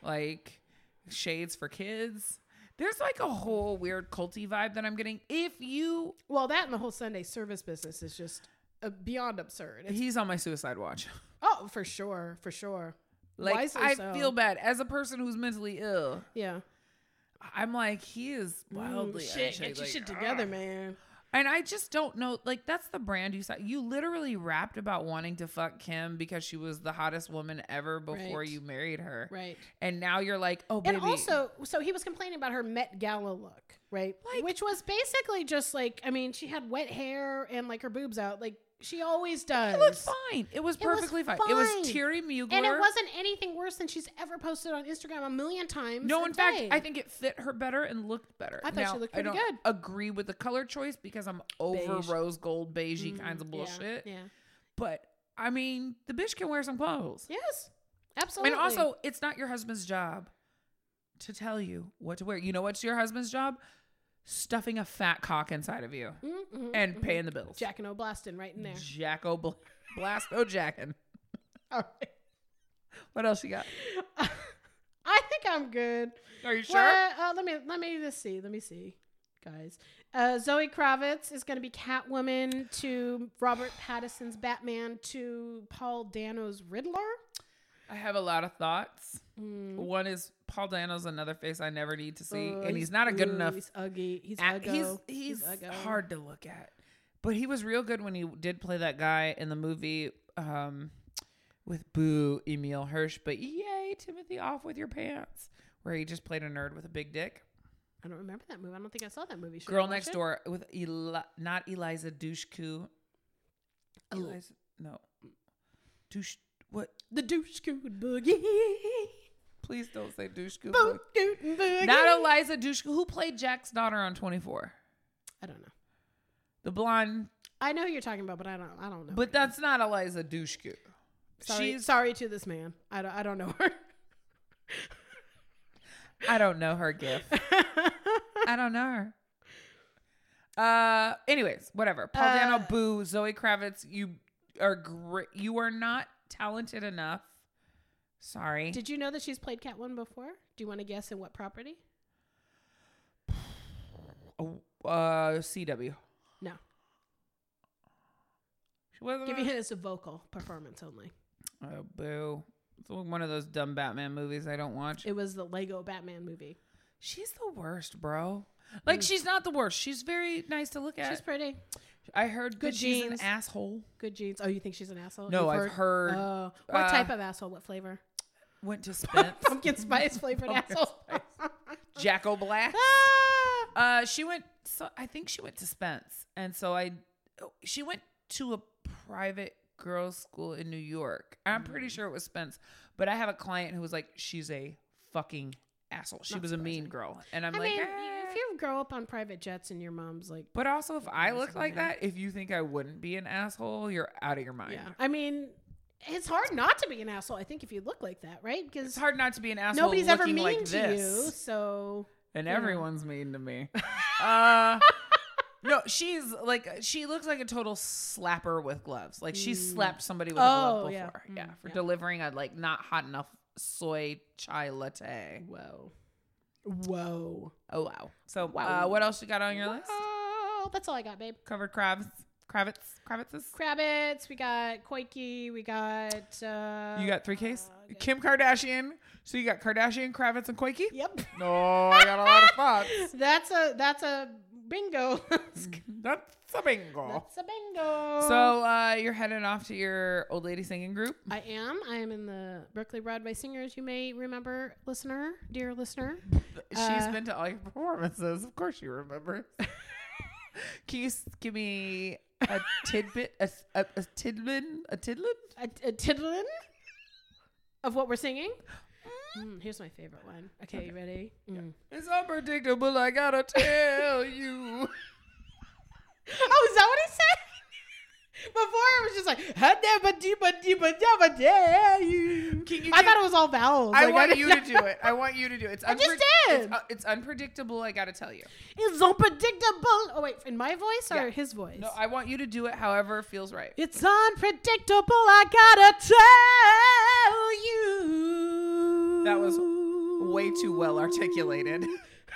Speaker 1: like shades for kids. There's like a whole weird culty vibe that I'm getting. If you,
Speaker 2: well, that and the whole Sunday service business is just uh, beyond absurd. It's
Speaker 1: he's on my suicide watch. [LAUGHS]
Speaker 2: Oh, for sure, for sure.
Speaker 1: Like
Speaker 2: Wisely
Speaker 1: I
Speaker 2: so.
Speaker 1: feel bad as a person who's mentally ill.
Speaker 2: Yeah.
Speaker 1: I'm like he is wildly
Speaker 2: Mm, shit,
Speaker 1: actually,
Speaker 2: get your
Speaker 1: like,
Speaker 2: shit
Speaker 1: ah.
Speaker 2: together, man.
Speaker 1: And I just don't know. Like that's the brand you saw. You literally rapped about wanting to fuck Kim because she was the hottest woman ever before
Speaker 2: Right.
Speaker 1: you married her,
Speaker 2: Right.
Speaker 1: and now you're like, oh, baby.
Speaker 2: And also, so he was complaining about her Met Gala look, right?
Speaker 1: Like-
Speaker 2: Which was basically just like, I mean, she had wet hair and like her boobs out, like she always does.
Speaker 1: It looked fine. It was
Speaker 2: It was
Speaker 1: perfectly fine. It was
Speaker 2: fine.
Speaker 1: Terry Mugler.
Speaker 2: And it wasn't anything worse than she's ever posted on Instagram a million times.
Speaker 1: No,
Speaker 2: a
Speaker 1: in fact,
Speaker 2: day.
Speaker 1: I think it fit her better and looked better.
Speaker 2: I thought she looked pretty
Speaker 1: I don't
Speaker 2: good.
Speaker 1: Agree with the color choice because I'm over
Speaker 2: Beige. Mm-hmm.
Speaker 1: rose gold, beigey kinds of
Speaker 2: Mm, Yeah,
Speaker 1: bullshit.
Speaker 2: Yeah.
Speaker 1: But I mean, the bitch can wear some clothes.
Speaker 2: Yes. Absolutely.
Speaker 1: And also, it's not your husband's job to tell you what to wear. You know what's your husband's job? Stuffing a fat cock inside of you
Speaker 2: Mhm, mhm.
Speaker 1: and paying the bills.
Speaker 2: Jack and O'Blaston right in there.
Speaker 1: Jacko Bl- [LAUGHS] Blasto [LAUGHS] Jackin.
Speaker 2: All right.
Speaker 1: What else you got?
Speaker 2: I think I'm good.
Speaker 1: Are you sure?
Speaker 2: Well, uh, let me let me just see. Let me see, guys. Uh, Zoe Kravitz is going to be Catwoman to Robert Pattinson's Batman to Paul Dano's Riddler.
Speaker 1: I have a lot of thoughts.
Speaker 2: Mm.
Speaker 1: One is Paul Dano's another face I never need to see,
Speaker 2: Uh,
Speaker 1: and he's, not a good
Speaker 2: ooh,
Speaker 1: enough.
Speaker 2: He's ugly. He's
Speaker 1: act-
Speaker 2: uggo.
Speaker 1: he's he's,
Speaker 2: uggo.
Speaker 1: hard to look at, but he was real good when he did play that guy in the movie um, with Boo Emil Hirsch. But yay, Timothy, off with your pants, where he just played a nerd with a big dick.
Speaker 2: I don't remember that movie. I don't think I saw that movie. Should I
Speaker 1: Girl
Speaker 2: watch
Speaker 1: next
Speaker 2: it?
Speaker 1: door with Eli- not Eliza Dushku.
Speaker 2: Oh.
Speaker 1: Eliza, no, Dush. What?
Speaker 2: The douche coot [LAUGHS] boogie.
Speaker 1: Please don't say Dushku.
Speaker 2: Boot coot boogie.
Speaker 1: Not Eliza Dushku. Who played Jack's daughter on 24?
Speaker 2: I don't know.
Speaker 1: The blonde
Speaker 2: I know who you're talking about, but I don't. I don't know.
Speaker 1: But that's not Eliza Dushku.
Speaker 2: sorry,
Speaker 1: she's-
Speaker 2: sorry to this man. I don't. I don't know her. [LAUGHS]
Speaker 1: I don't know her
Speaker 2: [LAUGHS]
Speaker 1: gif. I don't know her. Uh, anyways, whatever. Paul
Speaker 2: Uh,
Speaker 1: Dano, boo. Zoe Kravitz, you are great. You are not talented enough. Sorry.
Speaker 2: Did you know that she's played Catwoman before? Do you want to guess in what property?
Speaker 1: uh, CW.
Speaker 2: No.
Speaker 1: She wasn't.
Speaker 2: Give you
Speaker 1: on-
Speaker 2: a hint. It's a vocal performance only.
Speaker 1: oh, boo. It's one of those dumb Batman movies I don't watch.
Speaker 2: It was the Lego Batman movie.
Speaker 1: she's the worst, bro. Like she's not the worst. She's very nice to look at.
Speaker 2: She's pretty.
Speaker 1: I heard
Speaker 2: Good
Speaker 1: that she's
Speaker 2: genes.
Speaker 1: an asshole.
Speaker 2: Good genes. Oh, you think she's an asshole?
Speaker 1: No,
Speaker 2: You've
Speaker 1: I've heard,
Speaker 2: Oh. what
Speaker 1: uh,
Speaker 2: type of asshole? What flavor? [LAUGHS]
Speaker 1: Went [LAUGHS] to Spence.
Speaker 2: Pumpkin spice flavored
Speaker 1: Pumpkin
Speaker 2: asshole.
Speaker 1: Jacko Black.
Speaker 2: Ah!
Speaker 1: Uh, she went. So I think she went to Spence, and so I, she went to a private girls' school in New York. I'm pretty
Speaker 2: Mm.
Speaker 1: sure it was Spence, but I have a client who was like, she's a fucking asshole. She
Speaker 2: Not
Speaker 1: was a mean
Speaker 2: surprising.
Speaker 1: girl, and I'm
Speaker 2: I
Speaker 1: like,
Speaker 2: mean,
Speaker 1: "Eh."
Speaker 2: if you grow up on private jets and your mom's like,
Speaker 1: But also, if I look like
Speaker 2: Yeah.
Speaker 1: that, if you think I wouldn't be an asshole, you're out of your mind.
Speaker 2: yeah. I mean, it's hard not to be an asshole. I think if you look like that, right?
Speaker 1: It's
Speaker 2: Because
Speaker 1: hard not to be an asshole.
Speaker 2: nobody's ever
Speaker 1: looking
Speaker 2: mean
Speaker 1: like
Speaker 2: to
Speaker 1: this.
Speaker 2: you, so
Speaker 1: and
Speaker 2: Yeah.
Speaker 1: everyone's mean to
Speaker 2: [LAUGHS]
Speaker 1: me. uh, no, she's like she looks like a total slapper with gloves. Like she
Speaker 2: Mm.
Speaker 1: slapped somebody with a
Speaker 2: Oh,
Speaker 1: glove
Speaker 2: yeah.
Speaker 1: before, yeah,
Speaker 2: Mm,
Speaker 1: for
Speaker 2: yeah.
Speaker 1: delivering a like not hot enough soy chai latte.
Speaker 2: whoa, whoa.
Speaker 1: Oh wow! So
Speaker 2: Wow.
Speaker 1: uh, what else you got on your list?
Speaker 2: Oh, that's all I got, babe.
Speaker 1: Covered crabs, Kravitz, Kravitzes.
Speaker 2: Kravitz, we got Koike, we got. Uh,
Speaker 1: You got three Ks.
Speaker 2: good.
Speaker 1: Kim Kardashian. So you got Kardashian, Kravitz, and Quakey.
Speaker 2: Yep, [LAUGHS]
Speaker 1: No, I got a lot of thoughts.
Speaker 2: that's a that's a bingo. [LAUGHS]
Speaker 1: That's a bingo.
Speaker 2: that's a bingo.
Speaker 1: Mm. So uh, you're headed off to your old lady singing group.
Speaker 2: I am. I am in the Berkeley Broadway Singers. You may remember, listener, dear listener.
Speaker 1: She's
Speaker 2: Uh,
Speaker 1: been to all your performances. Of course, you remember. [LAUGHS] Can you s- give me a tidbit, a, s- a, a tidbit, a tidbit?
Speaker 2: A, a tiddlin of what
Speaker 1: [GASPS]
Speaker 2: we're singing. Mm, here's my favorite one. Okay, you ready? Mm.
Speaker 1: It's unpredictable. I gotta tell [LAUGHS] you.
Speaker 2: Oh, is that what he said? [LAUGHS] Before it was just like "Ha, da, ba, dee, ba, dee, ba, da, ba, da, you."
Speaker 1: Can you
Speaker 2: I
Speaker 1: do-
Speaker 2: thought it was all vowels.
Speaker 1: I
Speaker 2: Like,
Speaker 1: want
Speaker 2: didn't
Speaker 1: you
Speaker 2: know.
Speaker 1: to do [LAUGHS] it. I want you to do it. It's
Speaker 2: I just
Speaker 1: unpre-
Speaker 2: did.
Speaker 1: It's, uh, it's unpredictable. I gotta tell you.
Speaker 2: [LAUGHS] It's unpredictable. Oh wait, in my voice or
Speaker 1: Yeah.
Speaker 2: his voice?
Speaker 1: No, I want you to do it however feels right.
Speaker 2: it's unpredictable. I gotta tell you.
Speaker 1: That was Way too well articulated.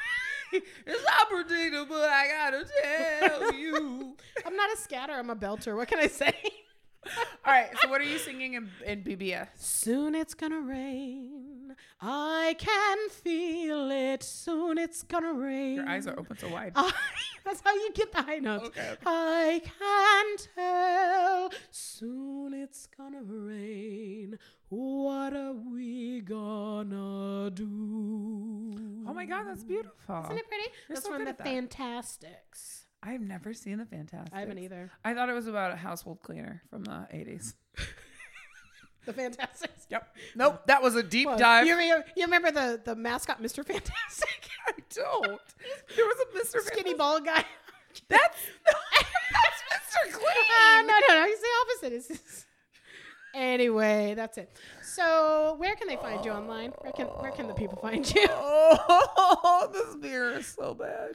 Speaker 1: [LAUGHS] it's unpredictable. I gotta tell [LAUGHS] you.
Speaker 2: I'm not a scatter. I'm a belter. What can I say? [LAUGHS]
Speaker 1: All right. So what are you singing in, in BBS?
Speaker 2: Soon it's gonna rain. I can feel it. Soon it's gonna rain.
Speaker 1: Your eyes are open so wide.
Speaker 2: I- [LAUGHS] that's how you get the high notes.
Speaker 1: Okay, okay.
Speaker 2: I can tell soon it's gonna rain. What are we gonna do?
Speaker 1: Oh my god, that's beautiful.
Speaker 2: Isn't it pretty?
Speaker 1: You're
Speaker 2: that's
Speaker 1: so
Speaker 2: from
Speaker 1: good
Speaker 2: the
Speaker 1: at that.
Speaker 2: Fantastics.
Speaker 1: I've never seen the Fantastic.
Speaker 2: I haven't either.
Speaker 1: I thought it was about a household cleaner from the eighties.
Speaker 2: The Fantastics.
Speaker 1: Yep. Nope. That was a deep
Speaker 2: Well,
Speaker 1: dive.
Speaker 2: You, re- you remember the, the mascot, Mr. Fantastic?
Speaker 1: [LAUGHS] I don't. There was a Mr.
Speaker 2: Skinny
Speaker 1: Fantas-
Speaker 2: bald guy.
Speaker 1: [LAUGHS] That's that's Mr.
Speaker 2: [LAUGHS] Uh,
Speaker 1: Clean.
Speaker 2: no, no, no. He's the opposite. It's just- Anyway, that's it. So, where can they find you online? Where can where can the people find
Speaker 1: [LAUGHS]
Speaker 2: you?
Speaker 1: Oh, this beer is so bad.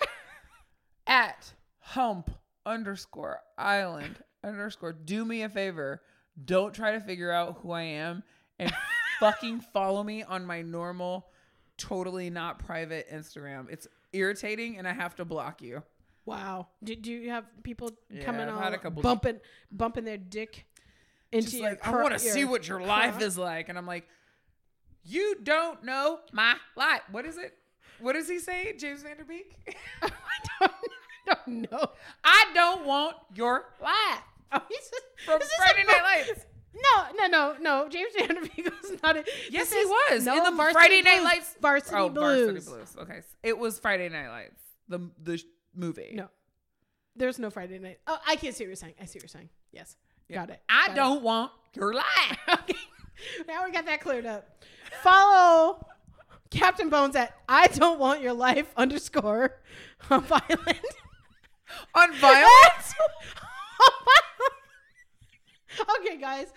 Speaker 1: At hump underscore island underscore. Do me a favor. Don't try to figure out who I am and fucking follow me on my normal, totally not private Instagram. It's irritating and I have to block you.
Speaker 2: Wow. Do, do you have people
Speaker 1: Yeah,
Speaker 2: coming
Speaker 1: I've
Speaker 2: on
Speaker 1: had a couple-
Speaker 2: bumping bumping their dick into
Speaker 1: Just
Speaker 2: your
Speaker 1: like, I
Speaker 2: cur-
Speaker 1: want to see
Speaker 2: your
Speaker 1: what your life
Speaker 2: cur-
Speaker 1: is like. And I'm like, you don't know my life. What is it? What does he say, James Vanderbeek?
Speaker 2: [LAUGHS] I don't, I don't know.
Speaker 1: I don't want your
Speaker 2: Why? Oh, he's just,
Speaker 1: from
Speaker 2: [LAUGHS] this is a
Speaker 1: Friday Night
Speaker 2: mo-
Speaker 1: Lights.
Speaker 2: No, no, no, no. James Vanderbeek was [LAUGHS] not. A,
Speaker 1: Yes,
Speaker 2: this
Speaker 1: he
Speaker 2: is-
Speaker 1: was
Speaker 2: no,
Speaker 1: in the
Speaker 2: Varsity
Speaker 1: Friday Night
Speaker 2: Blues,
Speaker 1: Lights.
Speaker 2: Varsity
Speaker 1: oh,
Speaker 2: Blues.
Speaker 1: Varsity Blues. Okay, s- it was Friday Night Lights, the the sh- movie.
Speaker 2: No, there's no Friday night. Oh, I can see what you're saying. I see what you're saying. Yes, got it.
Speaker 1: I
Speaker 2: Got it. [LAUGHS]
Speaker 1: don't want your life.
Speaker 2: okay. Now we got that cleared up. Follow Captain Bones at I don't want
Speaker 1: [LAUGHS]
Speaker 2: your life underscore on violent. [LAUGHS]
Speaker 1: on violence.
Speaker 2: What? okay, guys.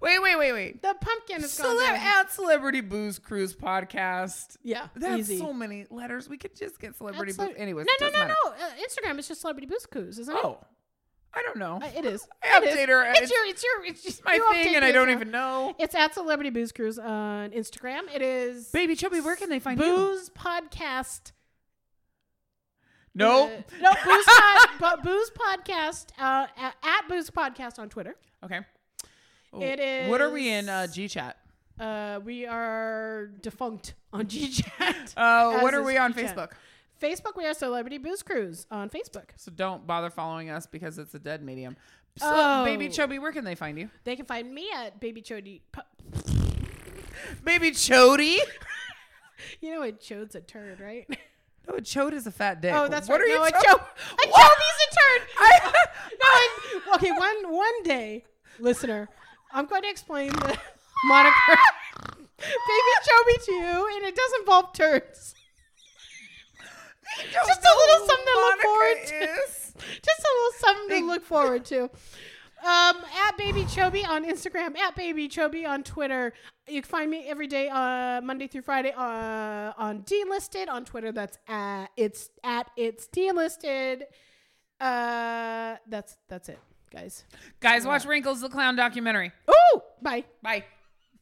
Speaker 1: Wait, wait, wait, wait.
Speaker 2: The pumpkin is gone.
Speaker 1: Celeb-
Speaker 2: down.
Speaker 1: at Celebrity Booze Cruise Podcast.
Speaker 2: Yeah,
Speaker 1: That's
Speaker 2: easy.
Speaker 1: so many letters. We could just get Celebrity
Speaker 2: That's
Speaker 1: Booze.
Speaker 2: so-
Speaker 1: Anyways,
Speaker 2: no, no,
Speaker 1: doesn't
Speaker 2: no,
Speaker 1: matter.
Speaker 2: no. Uh, Instagram is just celebrity booze coos, isn't
Speaker 1: Oh, I don't know.
Speaker 2: it? Uh, it is.
Speaker 1: [LAUGHS] I
Speaker 2: It is.
Speaker 1: update her.
Speaker 2: It's,
Speaker 1: It's
Speaker 2: your. It's your. It's just
Speaker 1: my
Speaker 2: you update
Speaker 1: thing, and I
Speaker 2: the
Speaker 1: don't
Speaker 2: account.
Speaker 1: even know.
Speaker 2: It's at Celebrity Booze Cruise on Instagram. It is
Speaker 1: Baby Chubby, where can they find you?
Speaker 2: Booze Podcast.
Speaker 1: No.
Speaker 2: uh, [LAUGHS] no Booze pod, [LAUGHS] but Booze Podcast uh, at, at Booze Podcast on Twitter.
Speaker 1: Okay.
Speaker 2: It
Speaker 1: What are we in uh,
Speaker 2: is-
Speaker 1: G Chat?
Speaker 2: Uh, we are defunct on [LAUGHS] GChat.
Speaker 1: Uh, what
Speaker 2: as
Speaker 1: are
Speaker 2: is
Speaker 1: we on
Speaker 2: GChat.
Speaker 1: Facebook?
Speaker 2: Facebook, we are Celebrity Booze Cruise on Facebook.
Speaker 1: So don't bother following us because it's a dead medium. So,
Speaker 2: Oh.
Speaker 1: Baby Chubby, where can they find you?
Speaker 2: They can find me at Baby Chody. Pu-
Speaker 1: Baby Chody?
Speaker 2: You know what? Chode's a turd, right?
Speaker 1: [LAUGHS] No, a chode is a fat dick.
Speaker 2: [LAUGHS] Oh, that's
Speaker 1: what
Speaker 2: right.
Speaker 1: Are
Speaker 2: no,
Speaker 1: you
Speaker 2: a
Speaker 1: talking-
Speaker 2: chode. A [LAUGHS] chode's a turd.
Speaker 1: I,
Speaker 2: no, I, okay, one one day, listener, I'm going to explain the [LAUGHS] moniker Baby Chobi to you, and it does involve turds.
Speaker 1: [LAUGHS] don't
Speaker 2: Just a
Speaker 1: know
Speaker 2: little something to look
Speaker 1: Monica
Speaker 2: forward to.
Speaker 1: is.
Speaker 2: Just a little something to look forward to. Um, at Baby Chobi on Instagram, at Baby Chobi on Twitter. You can find me every day, uh, Monday through Friday, uh, on Delisted on Twitter. That's at it's at it's Delisted. Uh, that's that's it, guys.
Speaker 1: Guys, watch Wrinkles the Clown documentary.
Speaker 2: Oh, bye.
Speaker 1: Bye.